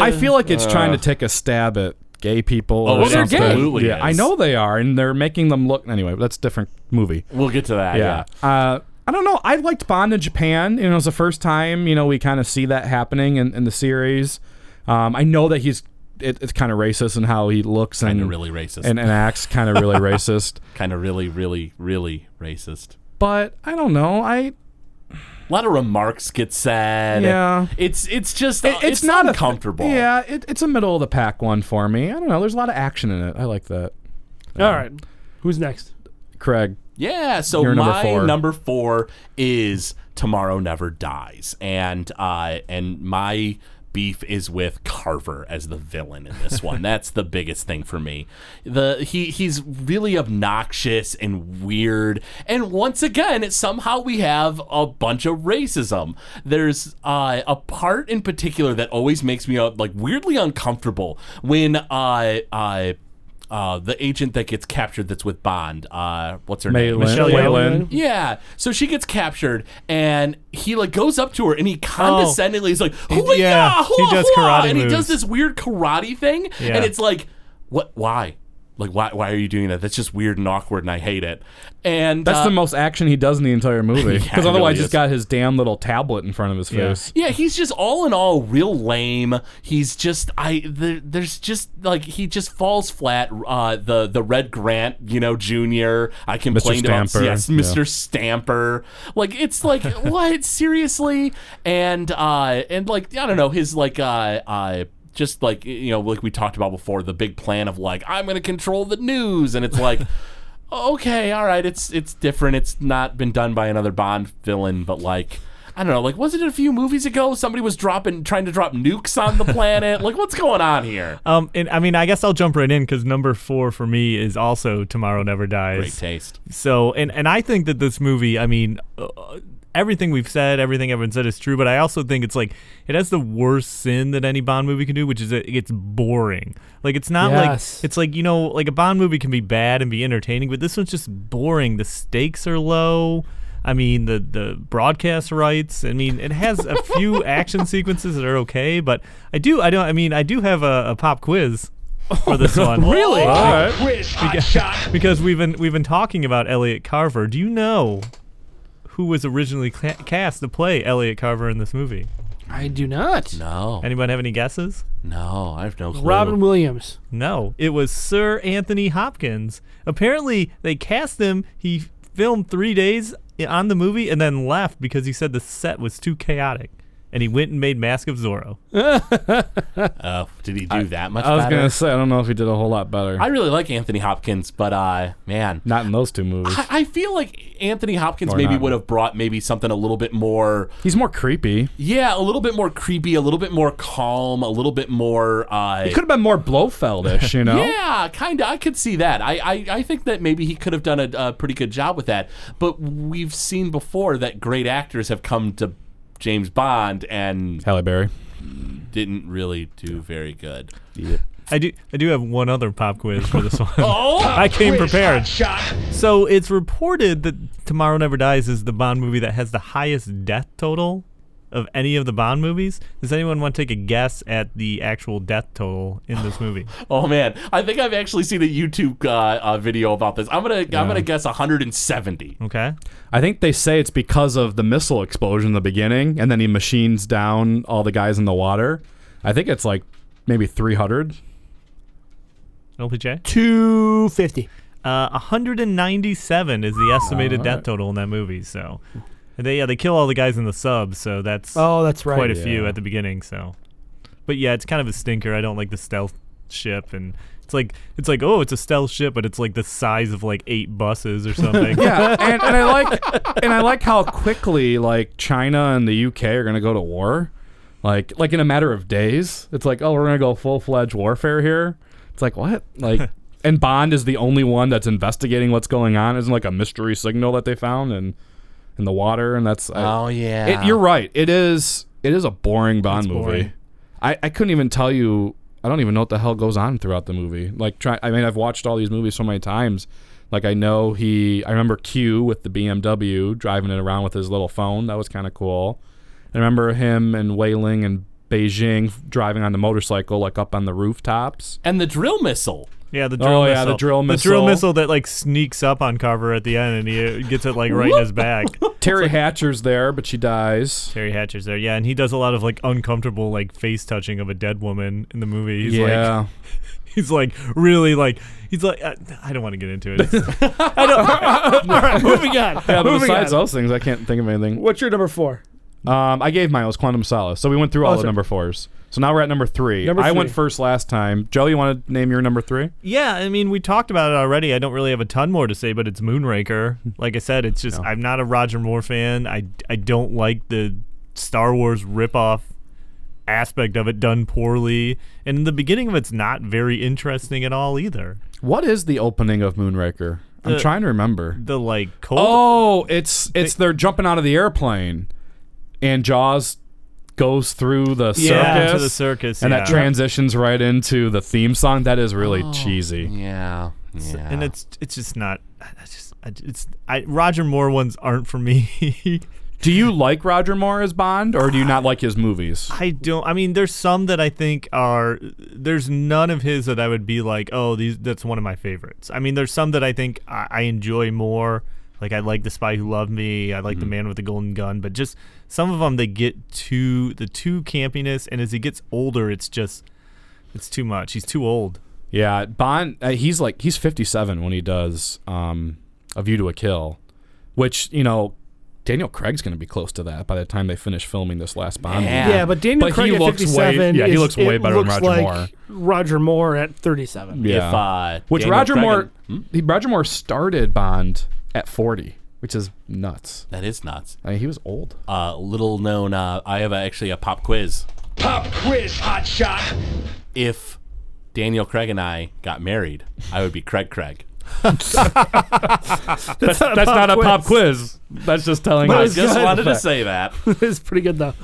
Speaker 6: I feel like
Speaker 7: Uh.
Speaker 6: it's trying to take a stab at gay people. or
Speaker 8: well, they're
Speaker 6: something.
Speaker 8: gay. Absolutely
Speaker 6: Yeah,
Speaker 8: is.
Speaker 6: I know they are, and they're making them look. Anyway, that's a different movie.
Speaker 8: We'll get to that. Yeah.
Speaker 6: Uh, I don't know. I liked Bond in Japan. You know, it was the first time, you know, we kind of see that happening in, in the series. Um, I know that he's it, it's kind of racist in how he looks and
Speaker 8: Kinda really racist.
Speaker 6: Mm. and, and acts kind of really racist.
Speaker 8: Kind of really, really, really racist.
Speaker 6: But I don't know. I
Speaker 8: A lot of remarks get said.
Speaker 6: Yeah.
Speaker 8: It's it's just
Speaker 6: it-
Speaker 8: Uh, it's, not uncomfortable.
Speaker 6: A, yeah, it, it's a middle of the pack one for me. I don't know. There's a lot of action in it. I like that.
Speaker 7: All right. Who's next?
Speaker 6: Craig,
Speaker 8: Yeah, so
Speaker 6: You're number
Speaker 8: my
Speaker 6: four.
Speaker 8: number four is Tomorrow Never Dies, and uh, and my beef is with Carver as the villain in this one. That's the biggest thing for me. The he he's really obnoxious and weird, and once again, somehow we have a bunch of racism. There's uh, a part in particular that always makes me uh, like weirdly uncomfortable when uh, uh, uh, the agent that gets captured that's with Bond. Uh, what's her name?
Speaker 6: Maylin,
Speaker 9: Michelle
Speaker 6: Waylon.
Speaker 8: Yeah. So she gets captured, and he like goes up to her, and he condescendingly is like, "Hoo-ya,
Speaker 9: yeah, Oh. he
Speaker 8: hoo-ah,
Speaker 9: does
Speaker 8: hoo-ah,"
Speaker 9: karate
Speaker 8: and he does
Speaker 9: moves.
Speaker 8: this weird karate thing,
Speaker 9: Yeah.
Speaker 8: and it's like, what? Why? Like, why? Why are you doing that? That's just weird and awkward, and I hate it. And
Speaker 6: That's
Speaker 8: uh,
Speaker 6: the most action he does in the entire movie. Because
Speaker 8: it
Speaker 6: otherwise,
Speaker 8: really
Speaker 6: he's
Speaker 8: is.
Speaker 6: got his damn little tablet in front of his
Speaker 9: Yeah.
Speaker 6: face.
Speaker 8: Yeah, he's just all in all real lame. He's just I there, there's just like he just falls flat. Uh, the the Red Grant, you know, Junior. I complained about
Speaker 6: Stamper,
Speaker 8: yes,
Speaker 6: yeah.
Speaker 8: Mr. Stamper. Like it's like what seriously? And uh and like I don't know his like uh uh. Just like you know, like we talked about before, the big plan of like I'm going to control the news, and it's like, okay, all right, it's it's different. It's not been done by another Bond villain, but like I don't know, like wasn't it a few movies ago somebody was dropping trying to drop nukes on the planet? like what's going on here?
Speaker 9: Um, and I mean, I guess I'll jump right in because number four for me is also Tomorrow Never Dies.
Speaker 8: Great taste.
Speaker 9: So, and and I think that this movie, I mean, uh, everything we've said, everything everyone said is true, but I also think it's like it has the worst sin that any Bond movie can do, which is that it gets boring. Like it's not
Speaker 7: Yes.
Speaker 9: like it's like you know, like a Bond movie can be bad and be entertaining, but this one's just boring. The stakes are low. I mean the the broadcast rights. I mean it has a few action sequences that are okay, but I do I don't I mean I do have a, a pop quiz for this one. really?
Speaker 2: Quiz, hot shot.
Speaker 9: because we've been we've been talking about Elliot Carver. Do you know who was originally ca- cast to play Elliot Carver in this movie?
Speaker 7: I do not.
Speaker 8: No.
Speaker 9: Anyone have any guesses?
Speaker 8: No, I have no clue.
Speaker 7: Robin Williams.
Speaker 9: No, it was Sir Anthony Hopkins. Apparently, they cast him. He filmed three days i- on the movie and then left because he said the set was too chaotic. And he went and made Mask of Zorro.
Speaker 8: Uh, did he do that much
Speaker 6: I was
Speaker 8: better?
Speaker 6: gonna say I don't know if he did a whole lot better.
Speaker 8: I really like Anthony Hopkins, but uh man,
Speaker 6: Not in those two movies.
Speaker 8: I, I feel like Anthony Hopkins
Speaker 6: Or
Speaker 8: maybe
Speaker 6: not.
Speaker 8: would have brought maybe something a little bit more
Speaker 6: He's more creepy.
Speaker 8: yeah, a little bit more creepy, a little bit more calm, a little bit more uh
Speaker 6: He could have been more Blofeldish, you know.
Speaker 8: Yeah, kind of. I could see that. I, I, I think that maybe he could have done a, a pretty good job with that. But we've seen before that great actors have come to James Bond and
Speaker 6: Halle Berry.
Speaker 8: didn't really do very good.
Speaker 9: I do I do have one other pop quiz for this one.
Speaker 8: Oh,
Speaker 9: I came prepared.
Speaker 2: Hot shot.
Speaker 9: So it's reported that Tomorrow Never Dies is the Bond movie that has the highest death total of any of the Bond movies. Does anyone want to take a guess at the actual death total in this movie?
Speaker 8: Oh man, I think I've actually seen a YouTube uh, uh, video about this. I'm gonna I'm gonna guess 170.
Speaker 9: Okay.
Speaker 6: I think they say it's because of the missile explosion in the beginning, and then he machines down all the guys in the water. I think it's like maybe 300.
Speaker 9: LPJ?
Speaker 7: Two fifty.
Speaker 9: Uh, 197 is the estimated death total in that movie. So, they yeah they kill all the guys in the sub. So that's
Speaker 7: Oh, that's right.
Speaker 9: quite a few at the beginning. So, but yeah, it's kind of a stinker. I don't like the stealth ship, and it's like it's like oh, it's a stealth ship, but it's like the size of like eight buses or something.
Speaker 6: Yeah, and, and I like and I like how quickly like China and the UK are gonna go to war, like like in a matter of days. It's like oh we're gonna go full fledged warfare here. It's like what like. And Bond is the only one that's investigating what's going on. Isn't like a mystery signal that they found in, in the water, and that's I-
Speaker 8: yeah,
Speaker 6: It, you're right. It is. It is a boring Bond movie.
Speaker 9: boring.
Speaker 6: I, I couldn't even tell you. I don't even know what the hell goes on throughout the movie. Like, try. I mean, I've watched all these movies so many times. Like, I know he. I remember Q with the BMW driving it around with his little phone. That was kind of cool. I remember him and Wailing and Beijing f- driving on the motorcycle, like up on the rooftops.
Speaker 8: and the drill missile.
Speaker 9: Yeah, the drill
Speaker 6: Oh,
Speaker 9: missile.
Speaker 6: yeah, the drill
Speaker 9: The drill
Speaker 6: missile.
Speaker 9: missile that like sneaks up on cover at the end and he uh, gets it like right in his back.
Speaker 6: Terry Hatcher's there, but she dies.
Speaker 9: Terry Hatcher's there. Yeah, and he does a lot of like uncomfortable like face touching of a dead woman in the movie. He's
Speaker 6: yeah.
Speaker 9: like he's like really like he's like I, I don't want to get into it. It's- I don't All right, moving on.
Speaker 6: yeah, but
Speaker 7: Moving
Speaker 6: besides
Speaker 7: on.
Speaker 6: those things, I can't think of anything.
Speaker 7: What's your number four?
Speaker 6: Um, I gave mine. It was Quantum Solace. So we went through all
Speaker 7: Oh,
Speaker 6: the
Speaker 7: sorry.
Speaker 6: number fours. So now we're at number three.
Speaker 7: Number
Speaker 6: I went
Speaker 7: three.
Speaker 6: first last time. Joe, you want to name your number three?
Speaker 9: Yeah, I mean, we talked about it already. I don't really have a ton more to say, but it's Moonraker. Like I said, it's just I'm not a Roger Moore fan. I I don't like the Star Wars ripoff aspect of it done poorly, and in the beginning of it's not very interesting at all either.
Speaker 6: What is the opening of Moonraker? I'm
Speaker 9: The-
Speaker 6: trying to remember.
Speaker 9: The like cold.
Speaker 6: Oh, it's it's they're jumping out of the airplane, and Jaws goes through the
Speaker 9: Yeah,
Speaker 6: circus
Speaker 9: to the circus,
Speaker 6: and
Speaker 9: yeah. Oh.
Speaker 6: that transitions right into the theme song. That is really cheesy.
Speaker 8: Yeah, yeah.
Speaker 9: and it's it's just not. It's just I- it's I, Roger Moore ones aren't for me.
Speaker 6: Do you like Roger Moore as Bond, or do you not like his movies?
Speaker 9: I don't. I mean, there's some that I think are. There's none of his that I would be like, oh, these. That's one of my favorites. I mean, there's some that I think I, I enjoy more. Like I like The Spy Who Loved Me. I like The Man with the Golden Gun. But just some of them, they get too the too campiness. And as he gets older, it's just, it's too much. He's too old.
Speaker 6: Yeah, Bond. Uh, he's like he's 57 when he does um, A View to a Kill, which you know Daniel Craig's going to be close to that by the time they finish filming this last Bond. movie.
Speaker 8: Yeah.
Speaker 7: Yeah, but Daniel
Speaker 6: But
Speaker 7: Craig
Speaker 6: he
Speaker 7: at
Speaker 6: looks way-
Speaker 7: 57.
Speaker 6: yeah, he
Speaker 7: is-
Speaker 6: looks way
Speaker 7: it
Speaker 6: better than
Speaker 7: looks
Speaker 6: Roger
Speaker 7: like
Speaker 6: Moore.
Speaker 7: Roger Moore at 37.
Speaker 6: Yeah.
Speaker 8: if, uh,
Speaker 6: which
Speaker 8: Daniel
Speaker 6: Roger
Speaker 8: Craig
Speaker 6: Moore,
Speaker 8: and-
Speaker 6: he, Roger Moore started Bond at 40, which is nuts.
Speaker 8: that is nuts.
Speaker 6: I mean, he was old.
Speaker 8: Uh, little known. Uh, I have a, actually a pop quiz.
Speaker 2: Pop quiz, hotshot.
Speaker 8: If Daniel Craig and I got married, I would be Craig Craig.
Speaker 6: That's, that's not a pop quiz. That's just telling
Speaker 7: But
Speaker 8: I
Speaker 7: That's
Speaker 8: just
Speaker 7: good.
Speaker 8: wanted to say that.
Speaker 7: it's pretty good though.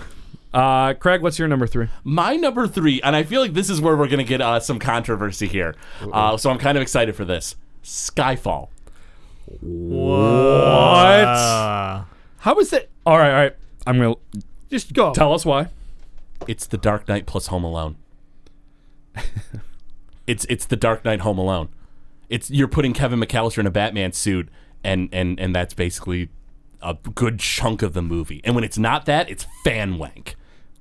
Speaker 6: Uh, Craig, what's your number three?
Speaker 8: My number three, and I feel like this is where we're going to get uh, some controversy here. Uh, so I'm kind of excited for this. Skyfall.
Speaker 9: Uh,
Speaker 7: How is it?
Speaker 6: All right, all right. I'm going to
Speaker 7: Just go.
Speaker 6: tell us why.
Speaker 8: It's The Dark Knight plus Home Alone. it's it's The Dark Knight Home Alone. It's you're putting Kevin McAllister in a Batman suit, and and and that's basically a good chunk of the movie. And when it's not that, it's fan wank.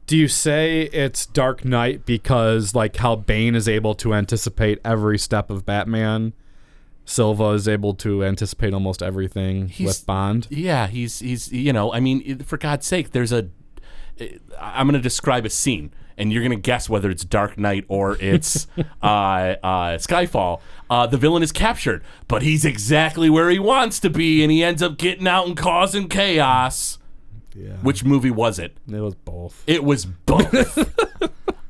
Speaker 6: Do you say it's Dark Knight because like how Bane is able to anticipate every step of Batman, Silva is able to anticipate almost everything
Speaker 8: He's-
Speaker 6: with Bond?
Speaker 8: Yeah, he's he's you know, I mean, it- for God's sake, there's a. I- I'm going to describe a scene, and you're going to guess whether it's Dark Knight or it's uh, uh, Skyfall. Uh, the villain is captured, but he's exactly where he wants to be, and he ends up getting out and causing chaos. Yeah. Which movie was it?
Speaker 6: It was both.
Speaker 8: It was both.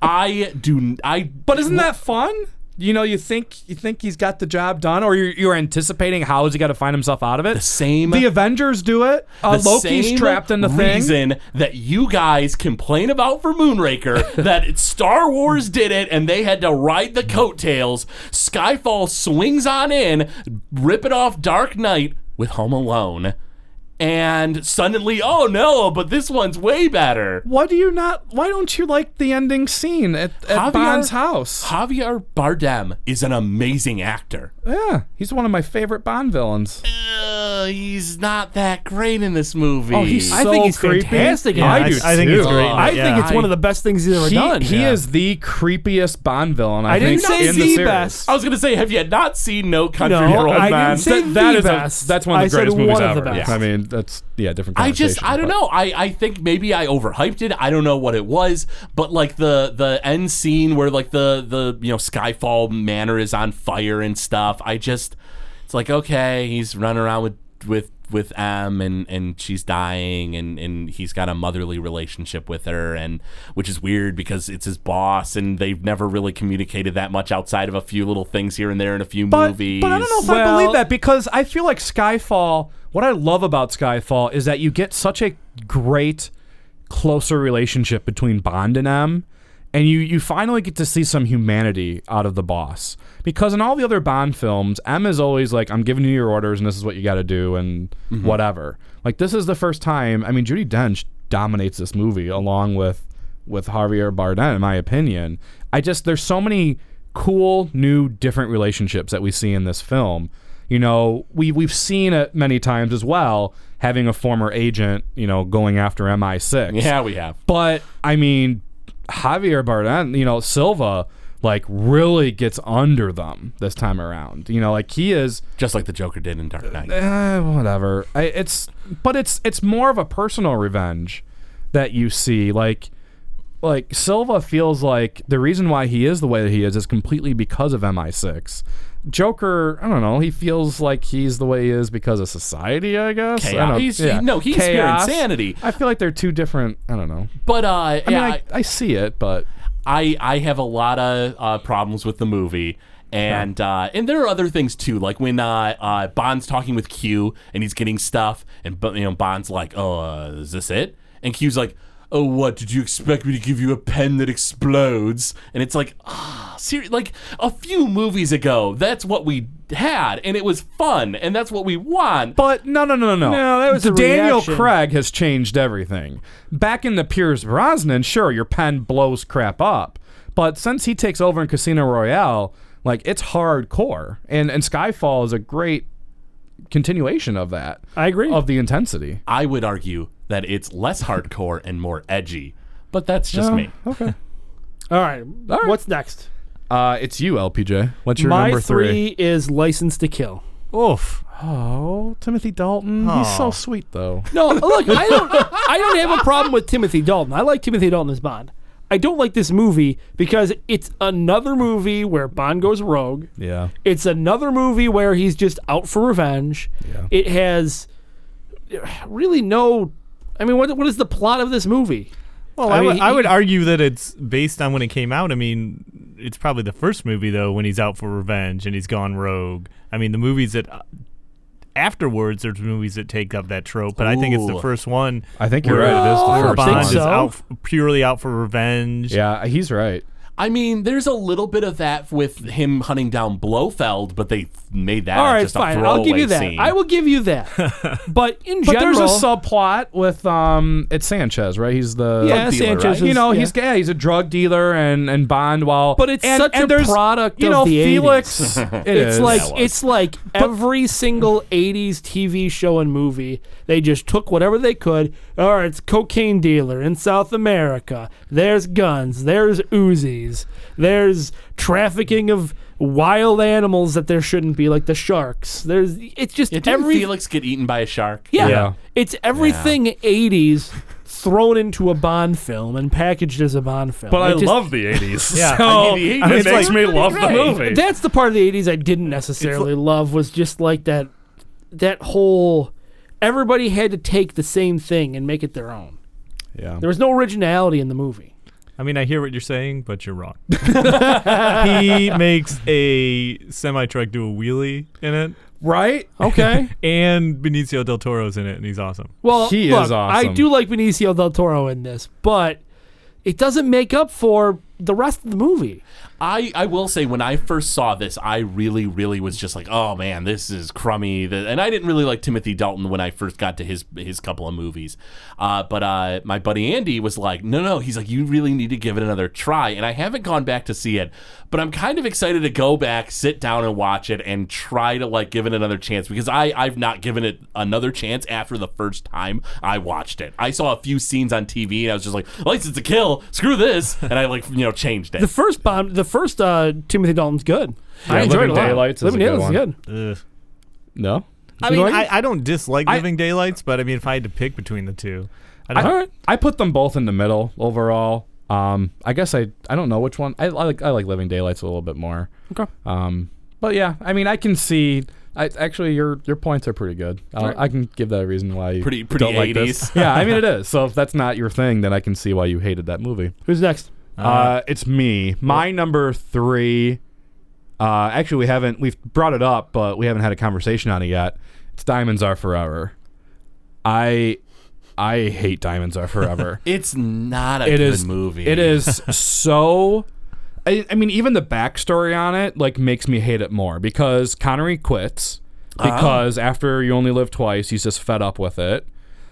Speaker 8: I do. n- I.
Speaker 6: But isn't that fun? You know, you think you think he's got the job done, or you're, you're anticipating how is he got to find himself out of it? The
Speaker 8: same-
Speaker 6: The Avengers do it. Uh,
Speaker 8: the
Speaker 6: Loki's
Speaker 8: same
Speaker 6: trapped in the thing.
Speaker 8: reason that you guys complain about for Moonraker that it- Star Wars did it and they had to ride the coattails. Skyfall swings on in, ripping off Dark Knight with Home Alone. and suddenly, oh no, but this one's way better.
Speaker 6: Why do you not? Why don't you like the ending scene at, at
Speaker 8: Javier-
Speaker 6: Bond's house?
Speaker 8: Javier Bardem is an amazing actor.
Speaker 6: Yeah, he's one of my favorite Bond villains.
Speaker 8: Uh, he's not that great in this movie.
Speaker 6: Oh, he's
Speaker 7: I
Speaker 6: so
Speaker 7: think he's
Speaker 6: creepy.
Speaker 7: fantastic in
Speaker 6: Yeah,
Speaker 7: it.
Speaker 6: I do
Speaker 9: I think he's
Speaker 6: too.
Speaker 9: great. in
Speaker 7: I
Speaker 9: it, yeah.
Speaker 7: think it's one of the best things he's ever
Speaker 6: He,
Speaker 7: done.
Speaker 6: he is the creepiest Bond villain. I,
Speaker 7: I didn't
Speaker 6: think,
Speaker 7: say
Speaker 6: in
Speaker 7: the
Speaker 6: series.
Speaker 7: best.
Speaker 8: I was gonna say, have you not seen No Country
Speaker 7: No,
Speaker 8: for Old
Speaker 7: I didn't
Speaker 8: Men?
Speaker 7: say
Speaker 6: Th-
Speaker 7: the
Speaker 6: that is
Speaker 7: best.
Speaker 6: A, that's one of
Speaker 7: I
Speaker 6: the greatest
Speaker 7: said
Speaker 6: movies
Speaker 7: one of
Speaker 6: ever.
Speaker 7: the best.
Speaker 6: I mean, that's yeah, different.
Speaker 8: I just I don't
Speaker 6: but-
Speaker 8: know. I, I think maybe I overhyped it. I don't know what it was, but like the the end scene where like the the you know Skyfall Manor is on fire and stuff. I just it's like okay, he's running around with with with M and and she's dying and and he's got a motherly relationship with her and which is weird because it's his boss and they've never really communicated that much outside of a few little things here and there in a few
Speaker 6: But,
Speaker 8: movies.
Speaker 6: but I don't know if I
Speaker 7: Well-
Speaker 6: believe that because I feel like Skyfall. What I love about Skyfall is that you get such a great, closer relationship between Bond and M, and you you finally get to see some humanity out of the boss. Because in all the other Bond films, M is always like, "I'm giving you your orders, and this is what you got to do, and whatever." Like this is the first time. I mean, Judy Dench dominates this movie along with with Javier Bardem, in my opinion. I just there's so many cool, new, different relationships that we see in this film. You know, we we've seen it many times as well, having a former agent, you know, going after MI6.
Speaker 8: Yeah, we have.
Speaker 6: But I mean, Javier Bardem, you know, Silva like really gets under them this time around. You know, like he is
Speaker 8: Just like the Joker did in Dark Knight.
Speaker 6: eh, whatever. I, it's but it's it's more of a personal revenge that you see. Like like Silva feels like the reason why he is the way that he is is completely because of MI6. Joker, I don't know. He feels like he's the way he is because of society. I guess. I
Speaker 8: Chaos.
Speaker 6: don't-
Speaker 8: He's- no, he's pure insanity.
Speaker 6: I feel like they're two different. I don't know.
Speaker 8: But uh,
Speaker 6: I
Speaker 8: yeah,
Speaker 6: mean, I, I see it, but
Speaker 8: I I have a lot of uh, problems with the movie. And uh, and there are other things too, like when uh, uh, Bond's talking with Q and he's getting stuff, and Bo- you know Bond's like, "Oh, uh, is this it?" And Q's like, "Oh, what did you expect me to give you a pen that explodes?" And it's like, ah, seri- like a few movies ago, that's what we had, and it was fun, and that's what we want.
Speaker 6: But no, no, no, no, no.
Speaker 7: No, that was a
Speaker 6: Daniel
Speaker 7: reaction.
Speaker 6: Craig has changed everything. Back in the Pierce Brosnan, sure, your pen blows crap up, but since he takes over in Casino Royale, like it's hardcore, and and Skyfall is a great continuation of that.
Speaker 7: I agree.
Speaker 6: Of the intensity.
Speaker 8: I would argue that it's less hardcore and more edgy, but that's just
Speaker 6: Oh,
Speaker 8: me.
Speaker 6: Okay.
Speaker 7: All right.
Speaker 6: right.
Speaker 7: What's next?
Speaker 6: Uh, it's you, LPJ. What's your
Speaker 7: My
Speaker 6: number three?
Speaker 7: three is License to Kill.
Speaker 9: Oof.
Speaker 6: Oh, Timothy Dalton. He's so
Speaker 9: Aw.
Speaker 6: sweet, though.
Speaker 7: No, look, I don't. I don't have a problem with Timothy Dalton. I like Timothy Dalton as Bond. I don't like this movie because it's another movie where Bond goes rogue.
Speaker 6: Yeah.
Speaker 7: It's another movie where he's just out for revenge. It has really no. I mean, what what is the plot of this movie?
Speaker 9: Well,
Speaker 7: I
Speaker 9: I,
Speaker 7: mean,
Speaker 9: would, I
Speaker 7: he-
Speaker 9: would argue that it's based on when it came out. I mean, it's probably the first movie though when he's out for revenge and he's gone rogue. I mean, the movies that uh, afterwards there's movies that take up that trope, but I think it's
Speaker 8: Ooh.
Speaker 9: the first one.
Speaker 6: I think you're
Speaker 9: where
Speaker 6: right. It is the
Speaker 7: I don't
Speaker 9: where
Speaker 6: first
Speaker 9: Bond
Speaker 7: think
Speaker 6: one.
Speaker 9: is
Speaker 7: so.
Speaker 9: out f- purely out for revenge.
Speaker 6: Yeah, he's right.
Speaker 8: I mean, there's a little bit of that with him hunting down Blofeld, but they made that
Speaker 7: All right,
Speaker 8: just a
Speaker 7: fine.
Speaker 8: throwaway
Speaker 7: I'll give you that.
Speaker 8: scene.
Speaker 7: I will give you that. but in
Speaker 6: But
Speaker 7: general,
Speaker 6: there's a subplot with um, it's Sanchez, right? He's the
Speaker 7: Yeah,
Speaker 6: drug dealer,
Speaker 7: Sanchez
Speaker 6: right?
Speaker 7: is-
Speaker 6: you know,
Speaker 7: yeah.
Speaker 6: he's yeah, he's a drug dealer and and Bond. While
Speaker 7: But it's
Speaker 6: and,
Speaker 7: such
Speaker 6: and
Speaker 7: a
Speaker 6: there's,
Speaker 7: product
Speaker 6: You
Speaker 7: of
Speaker 6: know,
Speaker 7: the
Speaker 6: Felix. it
Speaker 7: it's
Speaker 6: is.
Speaker 7: like
Speaker 8: was.
Speaker 7: it's like every single '80s TV show and movie. They just took whatever they could. All right, it's cocaine dealer in South America. There's guns. There's Uzis. There's trafficking of wild animals that there shouldn't be, like the sharks. There's it's just
Speaker 8: Yeah, didn't
Speaker 7: every
Speaker 8: Felix get eaten by a shark?
Speaker 7: yeah,
Speaker 6: Yeah.
Speaker 7: it's everything '80s thrown into a Bond film and packaged as a Bond film. It just-
Speaker 6: the '80s.
Speaker 9: Yeah, I
Speaker 6: so
Speaker 8: mean, the
Speaker 6: I mean, it
Speaker 9: 80s
Speaker 6: makes me love the movie.
Speaker 7: That's the part of the '80s I didn't necessarily love was just like that, that whole. Everybody had to take the same thing and make it their own.
Speaker 6: yeah.
Speaker 7: There was no originality in the movie.
Speaker 9: I mean, I hear what you're saying, but you're wrong. he makes a semi truck do a wheelie in it,
Speaker 6: Right?
Speaker 7: Okay.
Speaker 9: and Benicio del Toro's in it, and he's awesome.
Speaker 7: well,
Speaker 6: He is
Speaker 7: look,
Speaker 6: awesome.
Speaker 7: I do like Benicio del Toro in this, but it doesn't make up for the rest of the movie.
Speaker 8: I, I will say when I first saw this, I really, really was just like, oh man, this is crummy. Th- And I didn't really like Timothy Dalton when I first got to his his couple of movies. Uh, but uh, my buddy Andy was like, no, no, he's like, you really need to give it another try. And I haven't gone back to see it, but I'm kind of excited to go back, sit down and watch it, and try to like give it another chance because I I've not given it another chance after the first time I watched it. I saw a few scenes on TV and I was just like, license to kill, screw this, and I like you know changed it.
Speaker 7: The first Bond, the first uh, Timothy Dalton's good. I
Speaker 1: Yeah, Living
Speaker 7: enjoyed it a lot.
Speaker 1: Daylights is
Speaker 7: Living
Speaker 1: a good
Speaker 7: Daylights is
Speaker 1: one.
Speaker 7: good.
Speaker 9: Ugh.
Speaker 1: No?
Speaker 9: I mean,
Speaker 7: Annoying?
Speaker 9: I, I don't dislike
Speaker 6: I-
Speaker 9: Living Daylights, but I mean, if I had to pick between the two, I
Speaker 6: I,
Speaker 9: don't.
Speaker 6: I put them both in the middle overall. Um, I guess I I don't know which one. I, I like I like Living Daylights a little bit more.
Speaker 7: Okay.
Speaker 6: Um, but yeah, I mean I can see. I actually your your points are pretty good. I'll, I can give that a reason why you
Speaker 8: Pretty- pretty
Speaker 6: don't like this.
Speaker 8: 80s.
Speaker 6: yeah, I mean it is. So if that's not your thing, then I can see why you hated that movie.
Speaker 7: Who's next?
Speaker 6: Uh, it's me. My number three. Uh, actually, we haven't we've brought it up, but we haven't had a conversation on it yet. It's Diamonds Are Forever. I I hate Diamonds Are Forever.
Speaker 8: It's not a
Speaker 6: It
Speaker 8: good
Speaker 6: is
Speaker 8: movie.
Speaker 6: It is so. I, I mean, even the backstory on it like makes me hate it more because Connery quits
Speaker 8: Ah.
Speaker 6: because after you only live twice, he's just fed up with it.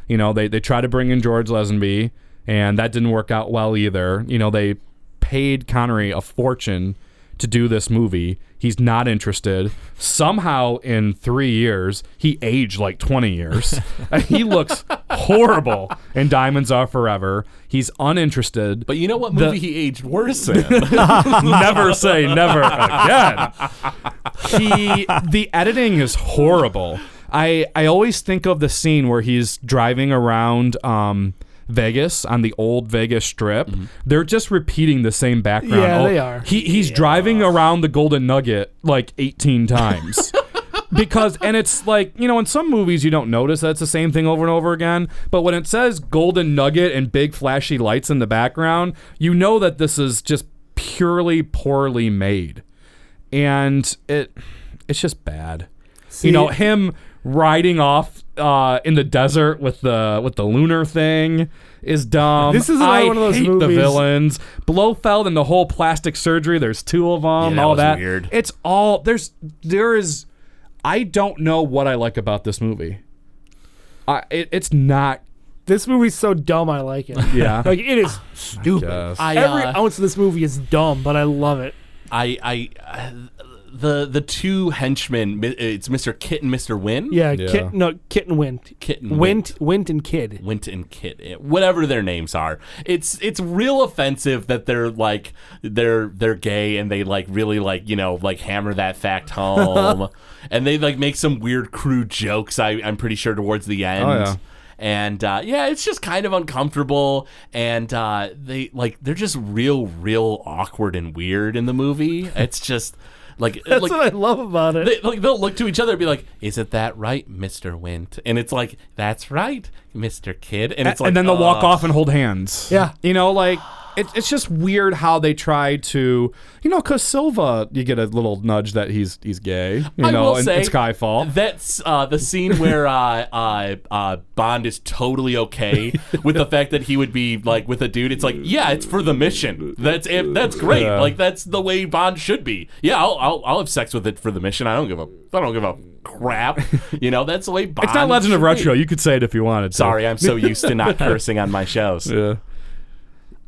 Speaker 6: You know, they they try to bring in George Lesenby, and that didn't work out well either. You know, they paid Connery a fortune to do this movie. He's not interested. Somehow, in three years, he aged like 20 years. he looks horrible. And Diamonds Are Forever. He's uninterested.
Speaker 8: But you know what
Speaker 6: The-
Speaker 8: movie he aged worse in?
Speaker 6: never say never again. He the editing is horrible. I I always think of the scene where he's driving around um Vegas on the old Vegas Strip. They're just repeating the same background. Oh,
Speaker 7: Yeah, they are.
Speaker 6: He he's driving around the Golden Nugget like 18 times. because and it's like you know in some movies you don't notice that's the same thing over and over again but when it says golden nugget and big flashy lights in the background you know that this is just purely poorly made and it it's just bad you know him riding off uh, in the desert with the with the lunar thing is dumb.
Speaker 7: This is another
Speaker 6: I
Speaker 7: one of those
Speaker 6: hate the
Speaker 7: movies.
Speaker 6: villains. Blofeld and the whole plastic surgery. There's two of them.
Speaker 8: Yeah, that
Speaker 6: all
Speaker 8: was
Speaker 6: that.
Speaker 8: weird.
Speaker 6: It's all there's there is. I don't know what I like about this movie. I it, it's not.
Speaker 7: This movie's so dumb. I like it.
Speaker 6: Yeah.
Speaker 7: like it is stupid.
Speaker 6: guess.
Speaker 8: I,
Speaker 7: Every
Speaker 8: uh,
Speaker 7: ounce of this movie is dumb, but I love it.
Speaker 8: I, I, uh, the the two henchmen. mi- It's Mr. Kit and Mr. Win.
Speaker 7: Yeah,
Speaker 6: Yeah.
Speaker 7: Kit, no, Kit and Wint.
Speaker 8: Kit and
Speaker 7: Wint, Wint and Kid.
Speaker 8: Wint and Kit, eh, whatever their names are, it's it's real offensive that they're like they're they're gay and they like really like you know like hammer that fact home, and they like make some weird crude jokes. I I'm pretty sure towards the end.
Speaker 6: Oh, yeah.
Speaker 8: And uh, yeah, it's just kind of uncomfortable, and uh, they like they're just real, real awkward and weird in the movie. It's just like
Speaker 7: That's
Speaker 8: like,
Speaker 7: what I love about it.
Speaker 8: they, like they'll look to each other and be like, "Isn't that right, Mister Wint?" And it's like, "That's right, Mister Kid." And it's like,
Speaker 6: and then they'll walk
Speaker 8: uh,
Speaker 6: off and hold hands.
Speaker 7: Yeah.
Speaker 6: You know, like it, it's just weird how they try to, you know, because Silva, you get a little nudge that he's he's gay. You
Speaker 8: I
Speaker 6: know,
Speaker 8: will
Speaker 6: in,
Speaker 8: say
Speaker 6: in Skyfall.
Speaker 8: That's uh, the scene where uh, uh, uh, Bond is totally okay with the fact that he would be like with a dude. It's like, yeah, it's for the mission. That's it. That's great.
Speaker 6: Yeah.
Speaker 8: Like that's the way Bond should be. Yeah, I'll, I'll I'll have sex with it for the mission. I don't give a I don't give a crap. You know, that's the way Bond.
Speaker 6: it's not Legend of
Speaker 8: should be.
Speaker 6: Retro. You could say it if you wanted. To.
Speaker 8: Sorry, I'm so used to not cursing on my shows.
Speaker 6: Yeah.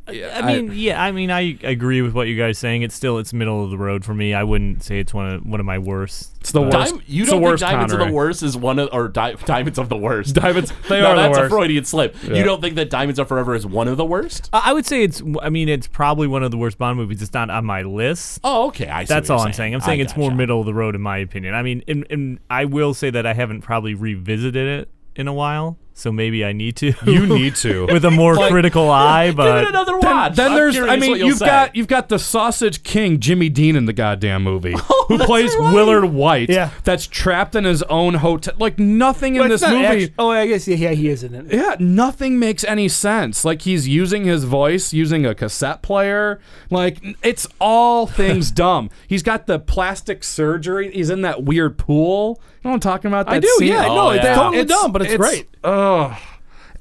Speaker 9: I mean, yeah, I mean, I agree with what you guys are saying. It's still it's middle of the road for me. I wouldn't say it's one of one of my worst.
Speaker 6: It's the worst.
Speaker 8: Dime, you
Speaker 6: it's
Speaker 8: don't
Speaker 6: the
Speaker 8: think
Speaker 6: worst
Speaker 8: diamonds
Speaker 6: Connery.
Speaker 8: of the worst is one of or di- diamonds of the worst?
Speaker 6: Diamonds, they
Speaker 8: no,
Speaker 6: are
Speaker 8: that's
Speaker 6: the
Speaker 8: a
Speaker 6: worst.
Speaker 8: Freudian slip.
Speaker 6: Yeah.
Speaker 8: You don't think that diamonds are forever is one of the worst?
Speaker 9: I I would say it's. I mean, it's probably one of the worst Bond movies. It's not on my list.
Speaker 8: Oh, okay. I see
Speaker 9: That's
Speaker 8: what
Speaker 9: all
Speaker 8: you're
Speaker 9: I'm saying. I'm saying
Speaker 8: I
Speaker 9: it's more
Speaker 8: gotcha.
Speaker 9: middle of the road in my opinion. I mean, and, and I will say that I haven't probably revisited it in a while, so maybe I need to.
Speaker 6: You need to.
Speaker 9: with a more critical eye,
Speaker 8: Give it
Speaker 9: but
Speaker 8: another
Speaker 6: Then-
Speaker 8: watch.
Speaker 6: Then
Speaker 8: I'm
Speaker 6: there's,
Speaker 8: curious
Speaker 6: I mean,
Speaker 8: what you'll
Speaker 6: you've
Speaker 8: say.
Speaker 6: got you've got the sausage king Jimmy Dean in the goddamn movie, who
Speaker 8: Oh, that's
Speaker 6: plays
Speaker 8: right.
Speaker 6: Willard White.
Speaker 7: Yeah.
Speaker 6: that's trapped in his own hotel. Like nothing in
Speaker 7: Well, it's
Speaker 6: this
Speaker 7: not
Speaker 6: movie.
Speaker 7: act- oh, I guess yeah, yeah, he is in it.
Speaker 6: Yeah, nothing makes any sense. Like he's using his voice using a cassette player. Like n- it's all things dumb. He's got the plastic surgery. He's in that weird pool. You know what I'm talking about? That
Speaker 7: I do,
Speaker 6: scene?
Speaker 7: yeah,
Speaker 8: no, it's
Speaker 6: dumb.
Speaker 7: totally dumb, but it's great.
Speaker 6: Ugh.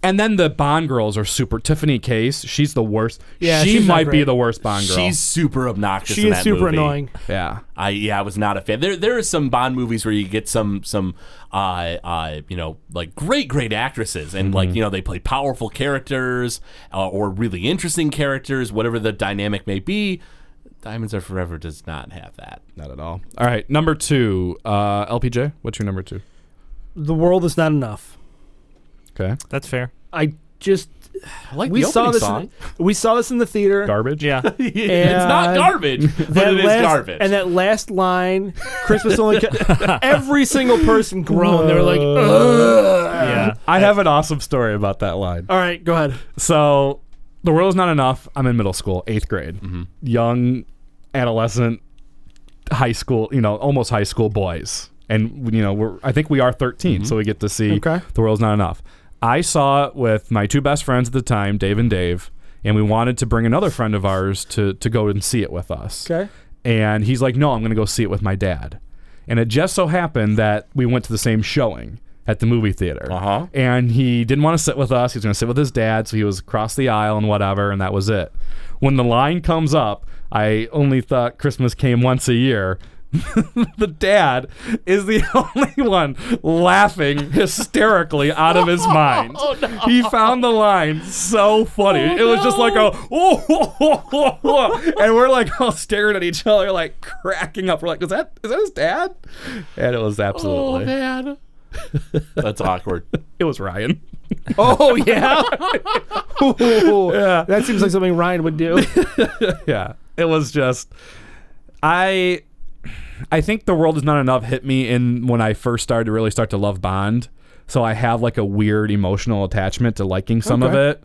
Speaker 6: And then the Bond girls are super. Tiffany Case, she's the worst.
Speaker 7: Yeah,
Speaker 6: she
Speaker 7: she's not
Speaker 6: might be
Speaker 7: great.
Speaker 6: the worst Bond girl.
Speaker 8: She's super obnoxious.
Speaker 7: She
Speaker 8: in
Speaker 7: is
Speaker 8: that
Speaker 7: super
Speaker 8: movie.
Speaker 7: annoying.
Speaker 6: yeah.
Speaker 8: I yeah, I was not a fan. There there are some Bond movies where you get some some uh uh you know like great great actresses and
Speaker 7: Mm-hmm.
Speaker 8: like you know they play powerful characters uh, or really interesting characters, whatever the dynamic may be. Diamonds Are Forever does not have that.
Speaker 6: Not at all. All right, number two, uh, LPJ. What's your number two?
Speaker 7: The world is not enough.
Speaker 6: Okay,
Speaker 9: That's fair.
Speaker 7: I just
Speaker 8: I like
Speaker 7: we
Speaker 8: the
Speaker 7: saw
Speaker 8: opening
Speaker 7: this.
Speaker 8: song.
Speaker 7: In, we saw this in the theater.
Speaker 6: garbage.
Speaker 9: Yeah.
Speaker 8: it's not
Speaker 7: And
Speaker 8: garbage, but
Speaker 7: That
Speaker 8: it is
Speaker 7: last-
Speaker 8: garbage.
Speaker 7: And that last line, Christmas only. Ca- every single person groaned. They were like, Ugh.
Speaker 9: yeah.
Speaker 6: I have an awesome story about that line.
Speaker 7: "All right, go ahead."
Speaker 6: So, the world is not enough. I'm in middle school, eighth grade,
Speaker 7: Mm-hmm.
Speaker 6: young, adolescent, high school. You know, almost high school boys, and you know, we're. I think we are 13, so we get to see
Speaker 7: Mm-hmm. Okay.
Speaker 6: the world's not enough. I saw it with my two best friends at the time, Dave and Dave, and we wanted to bring another friend of ours to to go and see it with us.
Speaker 7: Okay.
Speaker 6: And he's like, no, I'm going to go see it with my dad. And it just so happened that we went to the same showing at the movie theater.
Speaker 8: Uh-huh.
Speaker 6: And he didn't want to sit with us. He was going to sit with his dad. So he was across the aisle and whatever. And that was it. When the line comes up, I only thought Christmas came once a year. the dad is the only one laughing hysterically out of his mind. He found the line so funny. it was just like a, oh, and we're like all staring at each other, like cracking up. We're like, is that is that his dad? And it was absolutely,
Speaker 8: man. That's awkward.
Speaker 6: it was Ryan.
Speaker 7: Oh yeah. Ooh, That seems like something Ryan would do.
Speaker 6: yeah, it was just, I, I think the world is not enough hit me in when I first started to really start to love Bond. So I have like a weird emotional attachment to liking some of
Speaker 7: Okay.
Speaker 6: it,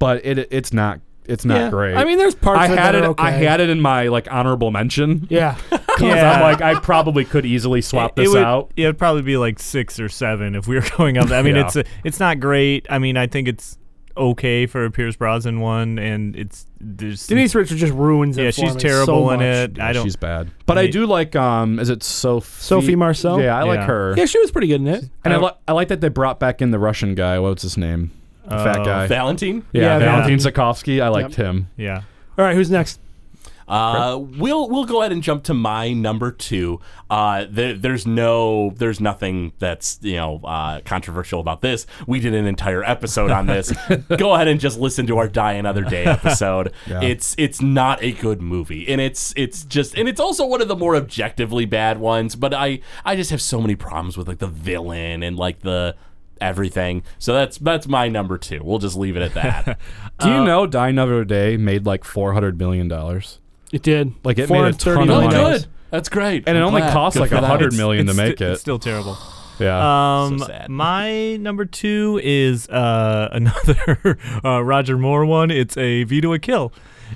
Speaker 6: but it it's not it's not
Speaker 7: Yeah.
Speaker 6: great.
Speaker 7: I mean, there's parts
Speaker 6: I
Speaker 7: of it
Speaker 6: had
Speaker 7: that
Speaker 6: it.
Speaker 7: are okay.
Speaker 6: I had it in my like honorable mention.
Speaker 7: Yeah.
Speaker 6: 'Cause I'm like, I probably could easily swap this
Speaker 9: it would,
Speaker 6: out.
Speaker 9: It would probably be like six or seven if we were going up. I mean,
Speaker 6: Yeah.
Speaker 9: it's a, it's not great. I mean, I think it's okay for a Pierce Brosnan one, and it's there's
Speaker 7: Denise Richards just ruins it.
Speaker 9: yeah,
Speaker 7: for
Speaker 9: she's
Speaker 7: me so
Speaker 9: terrible in
Speaker 7: much.
Speaker 9: it. I don't.
Speaker 6: She's bad. But I
Speaker 9: Yeah.
Speaker 6: do like. Um, is it Sophie?
Speaker 7: Sophie Marceau?
Speaker 6: Yeah, I like
Speaker 9: Yeah.
Speaker 6: her.
Speaker 7: Yeah, she was pretty good in it.
Speaker 6: And I, li- I like that they brought back in the Russian guy. What's his name? The fat
Speaker 9: Oh.
Speaker 6: guy.
Speaker 8: Valentine?
Speaker 7: Yeah,
Speaker 6: yeah, Valentin Sakovsky. I liked him.
Speaker 9: yeah,
Speaker 7: All right, who's next?
Speaker 8: Uh, we'll we'll go ahead and jump to my number two. Uh, there, there's no there's nothing that's you know uh, controversial about this. We did an entire episode on this. go ahead and just listen to our Die Another Day episode. It's it's not a good movie, and it's it's just and it's also one of the more objectively bad ones. But I I just have so many problems with like the villain and like the everything. So that's that's my number two. We'll just leave it at that.
Speaker 6: Do you know Die Another Day made like four hundred million dollars?
Speaker 7: It did.
Speaker 6: Like it made a ton of
Speaker 7: 430
Speaker 8: oh,
Speaker 6: money.
Speaker 8: good. That's great.
Speaker 6: And it
Speaker 8: I'm
Speaker 6: only
Speaker 8: glad.
Speaker 6: costs
Speaker 8: Good
Speaker 6: like
Speaker 8: for
Speaker 6: a
Speaker 8: them.
Speaker 6: hundred million
Speaker 9: It's
Speaker 6: to
Speaker 9: sti-
Speaker 6: make it.
Speaker 9: It's still terrible.
Speaker 6: yeah.
Speaker 9: Um,
Speaker 8: sad.
Speaker 9: my number two is uh, another uh, Roger Moore one. It's a Vito a Kill,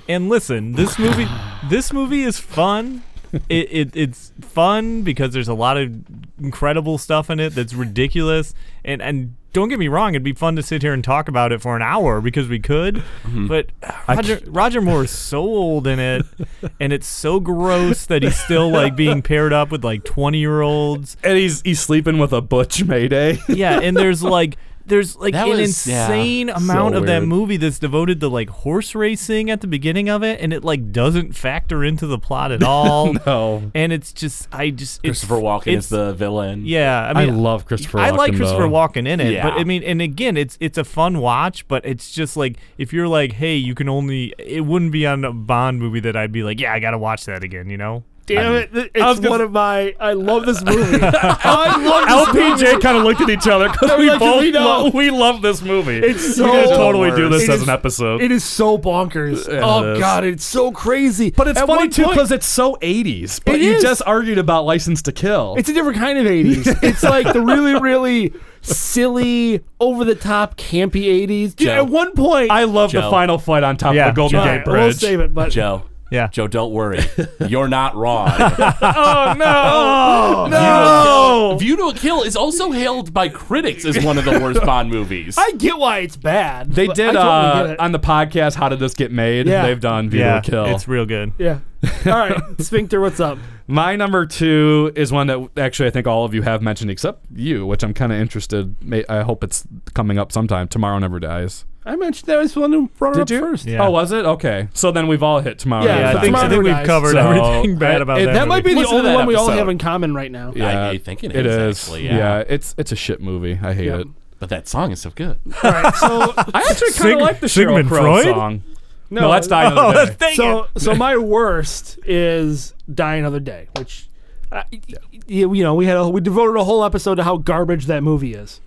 Speaker 9: and listen, this movie, this movie is fun. It, it it's fun because there's a lot of incredible stuff in it that's ridiculous, and and don't get me wrong, it'd be fun to sit here and talk about it for an hour because we could, but Roger, Roger Moore is so old in it, and it's so gross that he's still like being paired up with like twenty year olds
Speaker 6: and he's he's sleeping with a butch Mayday.
Speaker 9: yeah, and there's like there's like
Speaker 8: That
Speaker 9: an
Speaker 8: was- yeah.
Speaker 9: insane amount
Speaker 6: So
Speaker 9: of that
Speaker 6: weird.
Speaker 9: movie that's devoted to like horse racing at the beginning of it, and it like doesn't factor into the plot at all.
Speaker 6: no.
Speaker 9: And it's just I just it's,
Speaker 8: Christopher Walken
Speaker 9: it's,
Speaker 8: is the villain.
Speaker 9: yeah. I
Speaker 6: I,
Speaker 9: mean,
Speaker 6: love Christopher.
Speaker 9: I like
Speaker 6: Walken,
Speaker 9: Christopher
Speaker 6: though.
Speaker 9: Walken in it, but
Speaker 8: Yeah.
Speaker 9: I mean, and again, it's it's a fun watch, but it's just like if you're like, hey, you can only it wouldn't be on a Bond movie that I'd be like, yeah, I gotta watch that again, you know?
Speaker 7: Damn it! It's one of my. I love this movie.
Speaker 6: LPJ kind of looked at each other because we
Speaker 7: like,
Speaker 6: both
Speaker 7: we know.
Speaker 6: lo- we love this movie.
Speaker 7: It's
Speaker 6: we could
Speaker 7: so
Speaker 6: totally do this
Speaker 7: It
Speaker 6: as
Speaker 7: is-
Speaker 6: an episode.
Speaker 7: It is so bonkers.
Speaker 6: Yeah, it
Speaker 7: oh
Speaker 6: is.
Speaker 7: god, it's so crazy.
Speaker 6: but it's
Speaker 7: At
Speaker 6: funny
Speaker 7: one
Speaker 6: too
Speaker 7: point-
Speaker 6: because it's so 80s. But
Speaker 7: It
Speaker 6: you
Speaker 7: is.
Speaker 6: just argued about License to Kill.
Speaker 7: It's a different kind of 80s. it's like the really, really silly, over the top, campy 80s. Dude,
Speaker 8: Joe.
Speaker 7: at one point,
Speaker 6: I love the
Speaker 8: Joe.
Speaker 6: final fight on top
Speaker 9: Yeah,
Speaker 6: of the Golden
Speaker 9: Joe.
Speaker 6: Gate
Speaker 7: we'll
Speaker 6: Bridge.
Speaker 7: save it, but
Speaker 8: Joe.
Speaker 9: Yeah.
Speaker 8: Joe, don't worry. You're not wrong.
Speaker 6: Oh no!
Speaker 8: no! View to a Kill is also hailed by critics as one of the worst Bond movies.
Speaker 7: I get why it's bad.
Speaker 6: They
Speaker 7: but
Speaker 6: did
Speaker 7: I totally
Speaker 6: uh,
Speaker 7: get it.
Speaker 6: on the podcast. How did this get made?
Speaker 7: Yeah.
Speaker 6: They've done Vito
Speaker 9: yeah,
Speaker 6: Kill.
Speaker 9: it's real good.
Speaker 7: yeah. All right, Sphincter, what's up?
Speaker 6: My number two is one that actually I think all of you have mentioned except you, which I'm kind of interested. May, I hope it's coming up sometime. Tomorrow Never Dies.
Speaker 7: I mentioned that was the one who brought it up first.
Speaker 9: Yeah.
Speaker 6: Oh, was it? Okay. So then we've all hit Tomorrow
Speaker 7: Yeah,
Speaker 6: Never
Speaker 9: Yeah,
Speaker 7: so
Speaker 9: I
Speaker 6: Dies.
Speaker 9: think, I think we've
Speaker 7: Tomorrow
Speaker 9: covered
Speaker 6: Never Dies.
Speaker 9: everything
Speaker 6: So,
Speaker 9: bad
Speaker 6: I-
Speaker 9: about
Speaker 6: it-
Speaker 9: that.
Speaker 7: That
Speaker 9: movie.
Speaker 7: might be the
Speaker 8: Listen to
Speaker 7: only
Speaker 8: that
Speaker 7: one we all
Speaker 8: episode.
Speaker 7: have in common right now.
Speaker 8: I-
Speaker 6: Yeah.
Speaker 8: I think it
Speaker 6: It
Speaker 8: is,
Speaker 6: is.
Speaker 8: actually,
Speaker 6: yeah.
Speaker 8: yeah.
Speaker 6: it's it's a shit movie. I hate
Speaker 7: Yeah.
Speaker 6: it.
Speaker 8: But that song is so good.
Speaker 7: All right, so
Speaker 6: I actually kind of
Speaker 9: Sig-
Speaker 6: like the Cheryl
Speaker 9: Sigmund
Speaker 6: Crow
Speaker 9: Freud? Oh,
Speaker 6: song. No, that's Die Another Day.
Speaker 7: so so my worst is Die Another Day, which I, you, you know we had a, we devoted a whole episode to how garbage that movie is.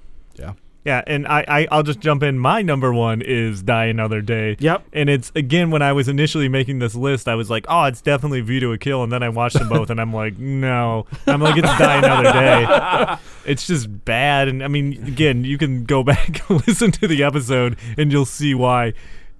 Speaker 9: Yeah, and I, I I'll just jump in. My number one is Die Another Day.
Speaker 7: Yep.
Speaker 9: And it's again when I was initially making this list, I was like, oh, it's definitely View to a Kill, and then I watched them both, and I'm like, no, I'm like, it's Die Another Day. It's just bad, and I mean, again, you can go back and listen to the episode, and you'll see why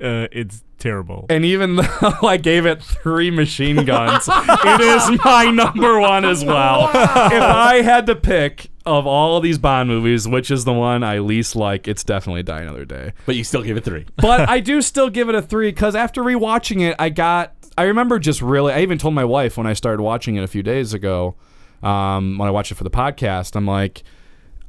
Speaker 9: uh, it's terrible.
Speaker 6: And even though I gave it three machine guns, it is my number one as well. If I had to pick of all these Bond movies, which is the one I least like, it's definitely Die Another Day.
Speaker 8: But you still give it three.
Speaker 6: But I do still give it a three because after rewatching it, I got. I remember just really. I even told my wife when I started watching it a few days ago, um, when I watched it for the podcast, I'm like,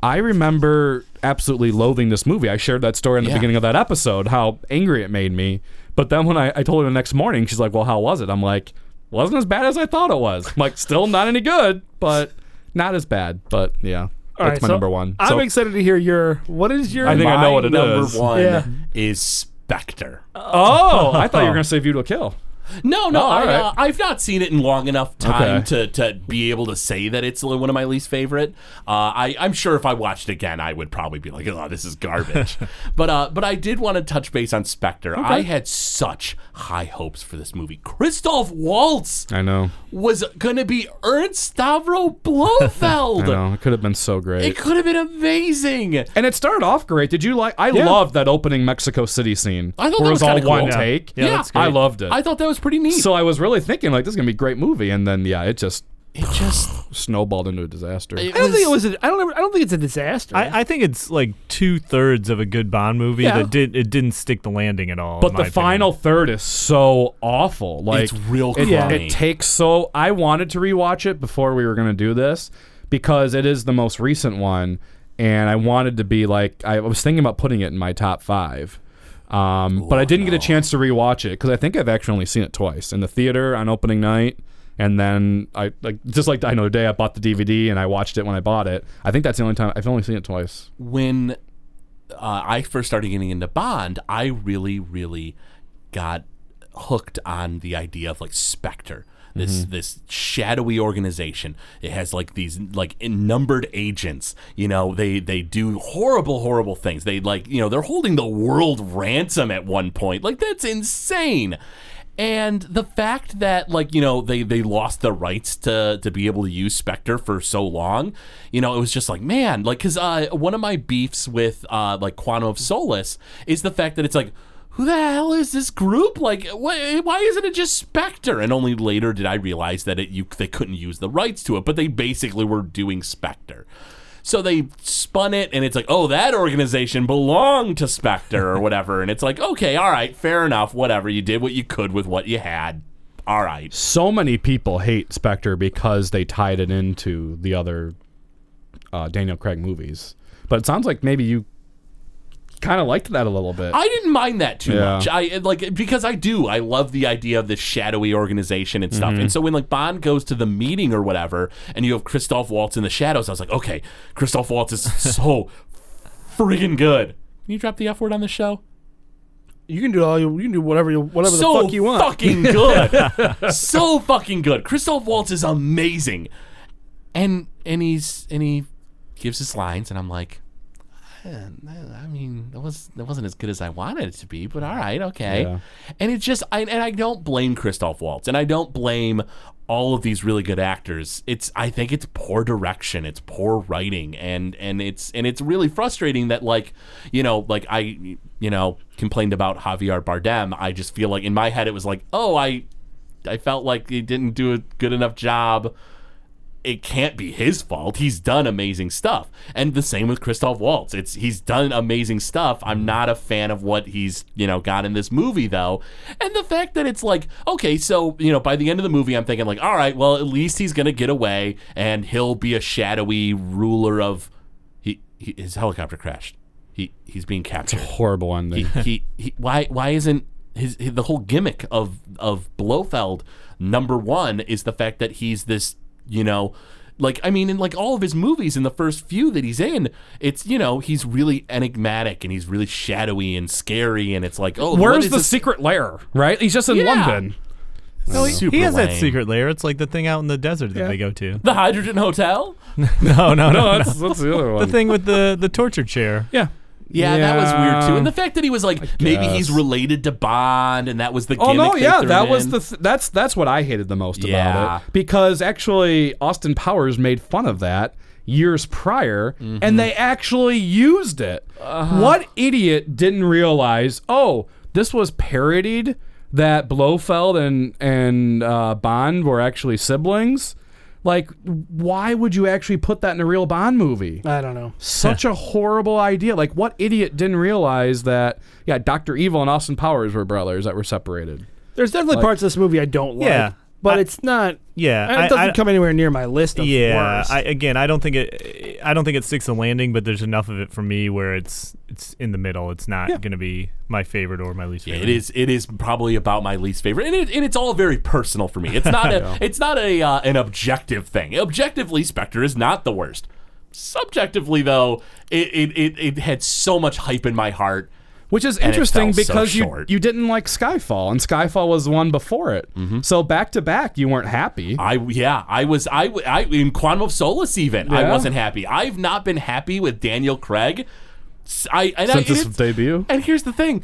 Speaker 6: I remember absolutely loathing this movie. I shared that story in the
Speaker 8: Yeah.
Speaker 6: beginning of that episode, how angry it made me. But then when I, I told her the next morning, she's like, Well, how was it? I'm like, Wasn't as bad as I thought it was. I'm like, still not any good, but not as bad. But yeah,
Speaker 7: All
Speaker 6: that's
Speaker 7: right,
Speaker 6: my
Speaker 7: so
Speaker 6: number one.
Speaker 7: I'm
Speaker 6: So-
Speaker 7: excited to hear your what is your
Speaker 6: I think I know what it
Speaker 8: it is. number
Speaker 6: is.
Speaker 8: one
Speaker 7: Yeah.
Speaker 8: is Spectre.
Speaker 6: oh, I thought you were gonna say View to a Kill.
Speaker 8: No, no,
Speaker 6: Oh,
Speaker 8: I,
Speaker 6: all
Speaker 8: uh,
Speaker 6: right.
Speaker 8: I've not seen it in long enough time
Speaker 6: Okay.
Speaker 8: to, to be able to say that it's one of my least favorite. Uh, I, I'm sure if I watched it again, I would probably be like, "Oh, this is garbage." but uh, but I did want to touch base on Spectre. I had such high hopes for this movie. Christoph Waltz
Speaker 6: I know.
Speaker 8: was going to be Ernst Stavro Blofeld.
Speaker 6: I know. It could have been so great.
Speaker 8: It could have been amazing.
Speaker 6: And it started off great. Did you like? I loved that opening Mexico City scene.
Speaker 8: I thought
Speaker 6: where
Speaker 8: that
Speaker 6: it
Speaker 8: was
Speaker 6: all
Speaker 8: kinda
Speaker 6: one
Speaker 8: cool. Yeah.
Speaker 6: take.
Speaker 8: Yeah, Yeah. that's
Speaker 6: I
Speaker 8: great.
Speaker 6: loved it.
Speaker 8: I thought that was pretty neat.
Speaker 6: so I was really thinking like this is gonna be a great movie, and then yeah, it just
Speaker 8: it just
Speaker 6: snowballed into a disaster.
Speaker 8: it
Speaker 7: I don't think it was a, I don't ever, I don't think it's a disaster.
Speaker 9: I, I think it's like two thirds of a good Bond movie
Speaker 7: Yeah.
Speaker 9: that did it didn't stick the landing at all. in
Speaker 6: but
Speaker 9: my
Speaker 6: the
Speaker 9: opinion.
Speaker 6: final third is so awful. Like
Speaker 8: It's real
Speaker 6: it,
Speaker 8: crummy.
Speaker 6: it takes so. I wanted to rewatch it before we were gonna do this because it is the most recent one, and I wanted to be like I was thinking about putting it in my top five. Um, but I didn't get a chance to rewatch it because I think I've actually only seen it twice in the theater on opening night, and then I like just like I know the day I bought the DVD and I watched it when I bought it. I think that's the only time I've only seen it twice.
Speaker 8: when uh, I first started getting into Bond, I really, really got hooked on the idea of like Spectre. This this shadowy organization. It has like these like in- numbered agents. You know, they they do horrible, horrible things. They like you know they're holding the world ransom at one point. Like that's insane. And the fact that like you know they they lost the rights to to be able to use Spectre for so long, you know it was just like man like because uh, one of my beefs with uh, like Quantum of Solace is the fact that it's like who the hell is this group like why, why isn't it just Spectre and only later did I realize that it you they couldn't use the rights to it but they basically were doing Spectre. So they spun it, and it's like, oh, that organization belonged to Spectre or whatever. And it's like, okay, all right, fair enough, whatever. You did what you could with what you had. All right.
Speaker 6: so many people hate Spectre because they tied it into the other uh, Daniel Craig movies. But it sounds like maybe you kind of liked that a little bit.
Speaker 8: I didn't mind that too
Speaker 6: Yeah.
Speaker 8: much. I like because I do. I love the idea of this shadowy organization and stuff. And so when like Bond goes to the meeting or whatever, and you have Christoph Waltz in the shadows, I was like, okay, Christoph Waltz is so friggin' good. Can you drop the F word on the show?
Speaker 7: you can do all you, you can do whatever you whatever
Speaker 8: so
Speaker 7: the fuck you want.
Speaker 8: fucking good. so fucking good. Christoph Waltz is amazing. And and he's and he gives his lines and I'm like "Eh, I mean, that was that wasn't as good as I wanted it to be, but all right, okay.
Speaker 6: Yeah.
Speaker 8: And it's just, I, and I don't blame Christoph Waltz, and I don't blame all of these really good actors. It's, I think it's poor direction, it's poor writing, and and it's and it's really frustrating that like, you know, like I, you know, complained about Javier Bardem. I just feel like in my head it was like, oh, I, I felt like he didn't do a good enough job it can't be his fault. He's done amazing stuff, and the same with Christoph Waltz. It's he's done amazing stuff. I'm not a fan of what he's you know got in this movie though, and the fact that it's like okay, so you know by the end of the movie, I'm thinking like, all right, well at least he's gonna get away and he'll be a shadowy ruler of. He, he his helicopter crashed. He he's being captured
Speaker 6: Horrible ending.
Speaker 8: he, he why why isn't his, his the whole gimmick of of Blofeld number one is the fact that he's this you know like I mean in like all of his movies in the first few that he's in it's you know he's really enigmatic and he's really shadowy and scary and it's like oh what
Speaker 6: Where's
Speaker 8: is
Speaker 6: the
Speaker 8: this?
Speaker 6: secret lair? Right? He's just in
Speaker 8: Yeah.
Speaker 6: London.
Speaker 8: no,
Speaker 9: he has that secret lair. It's like the thing out in the desert that they go to.
Speaker 8: the hydrogen hotel
Speaker 9: No, no, no.
Speaker 6: No, that's, that's the other one.
Speaker 9: The thing with the the torture chair.
Speaker 6: Yeah.
Speaker 8: yeah, that was weird too and the fact that he was like maybe
Speaker 6: guess.
Speaker 8: he's related to Bond and that was the
Speaker 6: Oh
Speaker 8: gimmick
Speaker 6: no,
Speaker 8: they
Speaker 6: yeah,
Speaker 8: threw
Speaker 6: that was
Speaker 8: in.
Speaker 6: the th- that's that's what I hated the most
Speaker 8: Yeah.
Speaker 6: about it because actually Austin Powers made fun of that years prior and
Speaker 8: Mm-hmm.
Speaker 6: they actually used it.
Speaker 8: Uh-huh.
Speaker 6: What idiot didn't realize, "Oh, this was parodied that Blofeld and and uh, Bond were actually siblings?" Like, why would you actually put that in a real Bond movie?
Speaker 7: I don't know.
Speaker 6: Such a horrible idea. Like, what idiot didn't realize that, yeah, Dr. Evil and Austin Powers were brothers that were separated?
Speaker 7: There's definitely parts of this movie I don't like.
Speaker 9: Yeah.
Speaker 7: But
Speaker 9: I-
Speaker 7: it's not.
Speaker 9: Yeah,
Speaker 7: It
Speaker 9: I-
Speaker 7: doesn't
Speaker 9: I-
Speaker 7: come anywhere near my list of
Speaker 9: yeah,
Speaker 7: worst.
Speaker 9: I, again, I don't think it. I don't think it sticks the landing, but there's enough of it for me where it's it's in the middle. It's not going to be my favorite or my least
Speaker 8: Yeah,
Speaker 9: favorite.
Speaker 8: it is. It is probably about my least favorite, and, it, and it's all very personal for me. It's not a. It's not a uh, an objective thing. Objectively, Spectre is not the worst. Subjectively, though, it it, it, it had so much hype in my heart.
Speaker 6: Which is
Speaker 8: it
Speaker 6: interesting
Speaker 8: fell so
Speaker 6: because you
Speaker 8: short.
Speaker 6: you didn't like Skyfall, and Skyfall was the one before it. So back to back, you weren't happy.
Speaker 8: I Mm-hmm. yeah, I was I, w- I- in Quantum of Solace even I
Speaker 6: Yeah.
Speaker 8: wasn't happy. I've not been happy with Daniel Craig. S- I and
Speaker 6: Since
Speaker 8: I,
Speaker 6: his
Speaker 8: it's-
Speaker 6: debut?
Speaker 8: And here's the thing.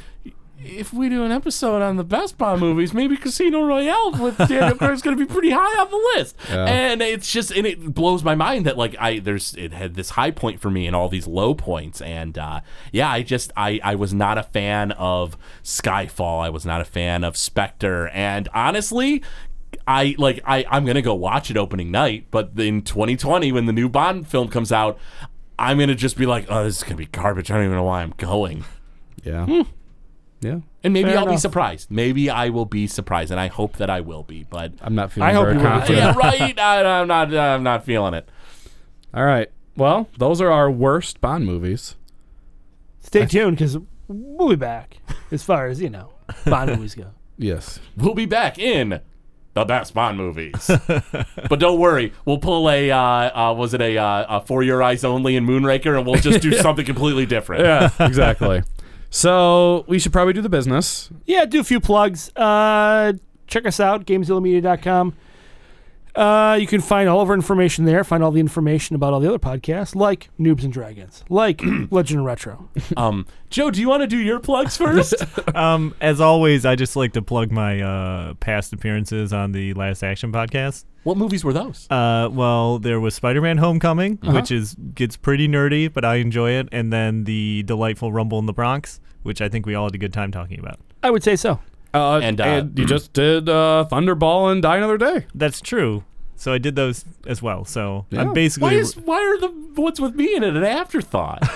Speaker 8: If we do an episode on the best Bond movies, maybe Casino Royale with Daniel Craig is going to be pretty high on the list. And it's just, and it blows my mind that like I there's it had this high point for me and all these low points. And uh, yeah, I just I I was not a fan of Skyfall. I was not a fan of Spectre. And honestly, I like I I'm gonna go watch it opening night, but in 2020 when the new Bond film comes out, I'm gonna just be like, oh, this is gonna be garbage. I don't even know why I'm going.
Speaker 6: Yeah.
Speaker 8: Hmm.
Speaker 6: Yeah.
Speaker 8: And maybe
Speaker 7: Fair
Speaker 8: I'll be
Speaker 7: enough.
Speaker 8: surprised. Maybe I will be surprised, and I hope that I will be. But
Speaker 6: I'm not feeling
Speaker 7: I hope
Speaker 6: very
Speaker 7: you were
Speaker 6: confident.
Speaker 8: yeah, right. I, I'm not. I'm not feeling it.
Speaker 6: All right. Well, those are our worst Bond movies.
Speaker 7: Stay tuned because we'll be back as far as, you know, Bond movies go.
Speaker 6: Yes.
Speaker 8: We'll be back in the best Bond movies, but don't worry. We'll pull a uh, uh, was it a, uh, a for your eyes only and Moonraker, and we'll just do something completely different.
Speaker 6: Yeah. Exactly. so we should probably do the business.
Speaker 7: Yeah, do a few plugs. Uh, check us out, gamezillamedia.com. Uh, you can find all of our information there. Find all the information about all the other podcasts, like Noobs and Dragons, like Legend of Retro.
Speaker 8: Um, Joe, do you want to do your plugs first?
Speaker 9: Um, as always, I just like to plug my uh, past appearances on the Last Action podcast.
Speaker 8: what movies were those?
Speaker 9: Uh, well, there was Spider-Man: Homecoming, which is gets pretty nerdy, but I enjoy it, and then the delightful Rumble in the Bronx, which I think we all had a good time talking about.
Speaker 7: I would say so.
Speaker 6: Uh,
Speaker 8: And, uh,
Speaker 6: you just did uh, Thunderball and Die Another Day.
Speaker 9: That's true. So I did those as well. So
Speaker 6: Yeah.
Speaker 7: Oh.
Speaker 9: I'm basically
Speaker 8: Why is why are the what's with me in it an afterthought?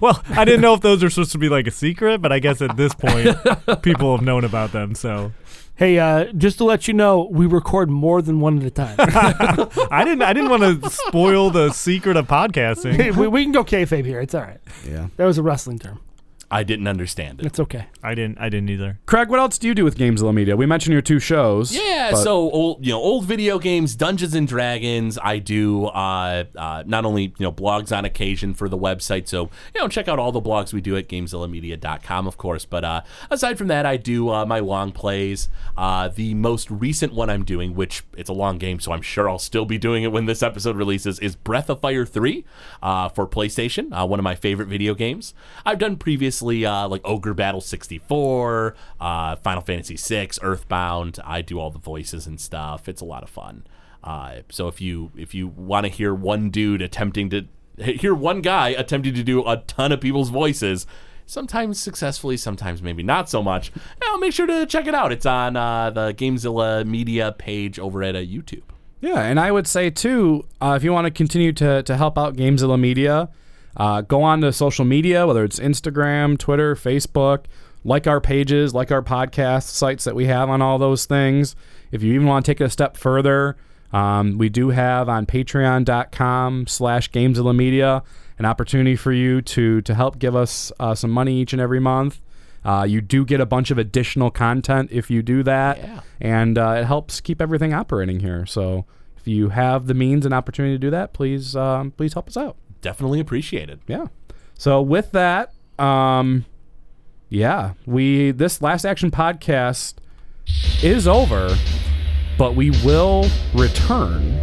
Speaker 9: well. I didn't know if those were supposed to be like a secret, but I guess at this point, people have known about them. So
Speaker 7: Hey, uh, just to let you know, we record more than one at a time.
Speaker 9: I didn't. I didn't want to spoil the secret of podcasting.
Speaker 7: we, we can go kayfabe here. It's all right.
Speaker 6: Yeah.
Speaker 7: That was a wrestling term.
Speaker 8: I didn't understand it.
Speaker 7: It's okay.
Speaker 9: I didn't. I didn't either.
Speaker 6: Craig, what else do you do with Gamezilla Media? We mentioned your two shows.
Speaker 8: Yeah,
Speaker 6: but-
Speaker 8: so old you know old video games, Dungeons and Dragons. I do uh, uh, not only you know blogs on occasion for the website, so you know check out all the blogs we do at GameZillaMedia.com, of course. But uh, aside from that, I do uh, my long plays. Uh, the most recent one I'm doing, which it's a long game, so I'm sure I'll still be doing it when this episode releases, is Breath of Fire Three uh, for PlayStation, uh, one of my favorite video games. I've done previously uh, like Ogre Battle 64, uh, Final Fantasy VI, Earthbound. I do all the voices and stuff. It's a lot of fun. Uh, so if you if you want to hear one dude attempting to hear one guy attempting to do a ton of people's voices. Sometimes successfully, sometimes maybe not so much. Now, make sure to check it out. It's on uh, the Gamezilla media page over at uh, YouTube.
Speaker 6: Yeah, and I would say too, uh, if you want to continue to to help out Gamezilla Media, uh, go on to social media, whether it's Instagram, Twitter, Facebook. Like our pages, like our podcast sites that we have on all those things. If you even want to take it a step further, um, we do have on patreon.com slash gamezilla media an opportunity for you to to help give us uh, some money each and every month. Uh, you do get a bunch of additional content if you do that,
Speaker 8: Yeah.
Speaker 6: and uh, it helps keep everything operating here. So if you have the means and opportunity to do that, please um, please help us out.
Speaker 8: Definitely appreciated.
Speaker 6: Yeah. So with that, um, yeah, we this last action podcast is over, but we will return.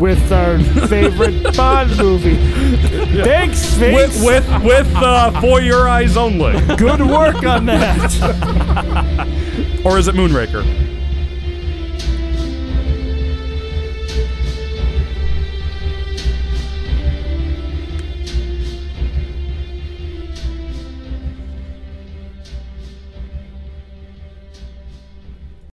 Speaker 7: with our favorite Bond movie. Thanks, Sphinx.
Speaker 6: with with uh, for your eyes only,
Speaker 7: Good work on that.
Speaker 6: or is it Moonraker?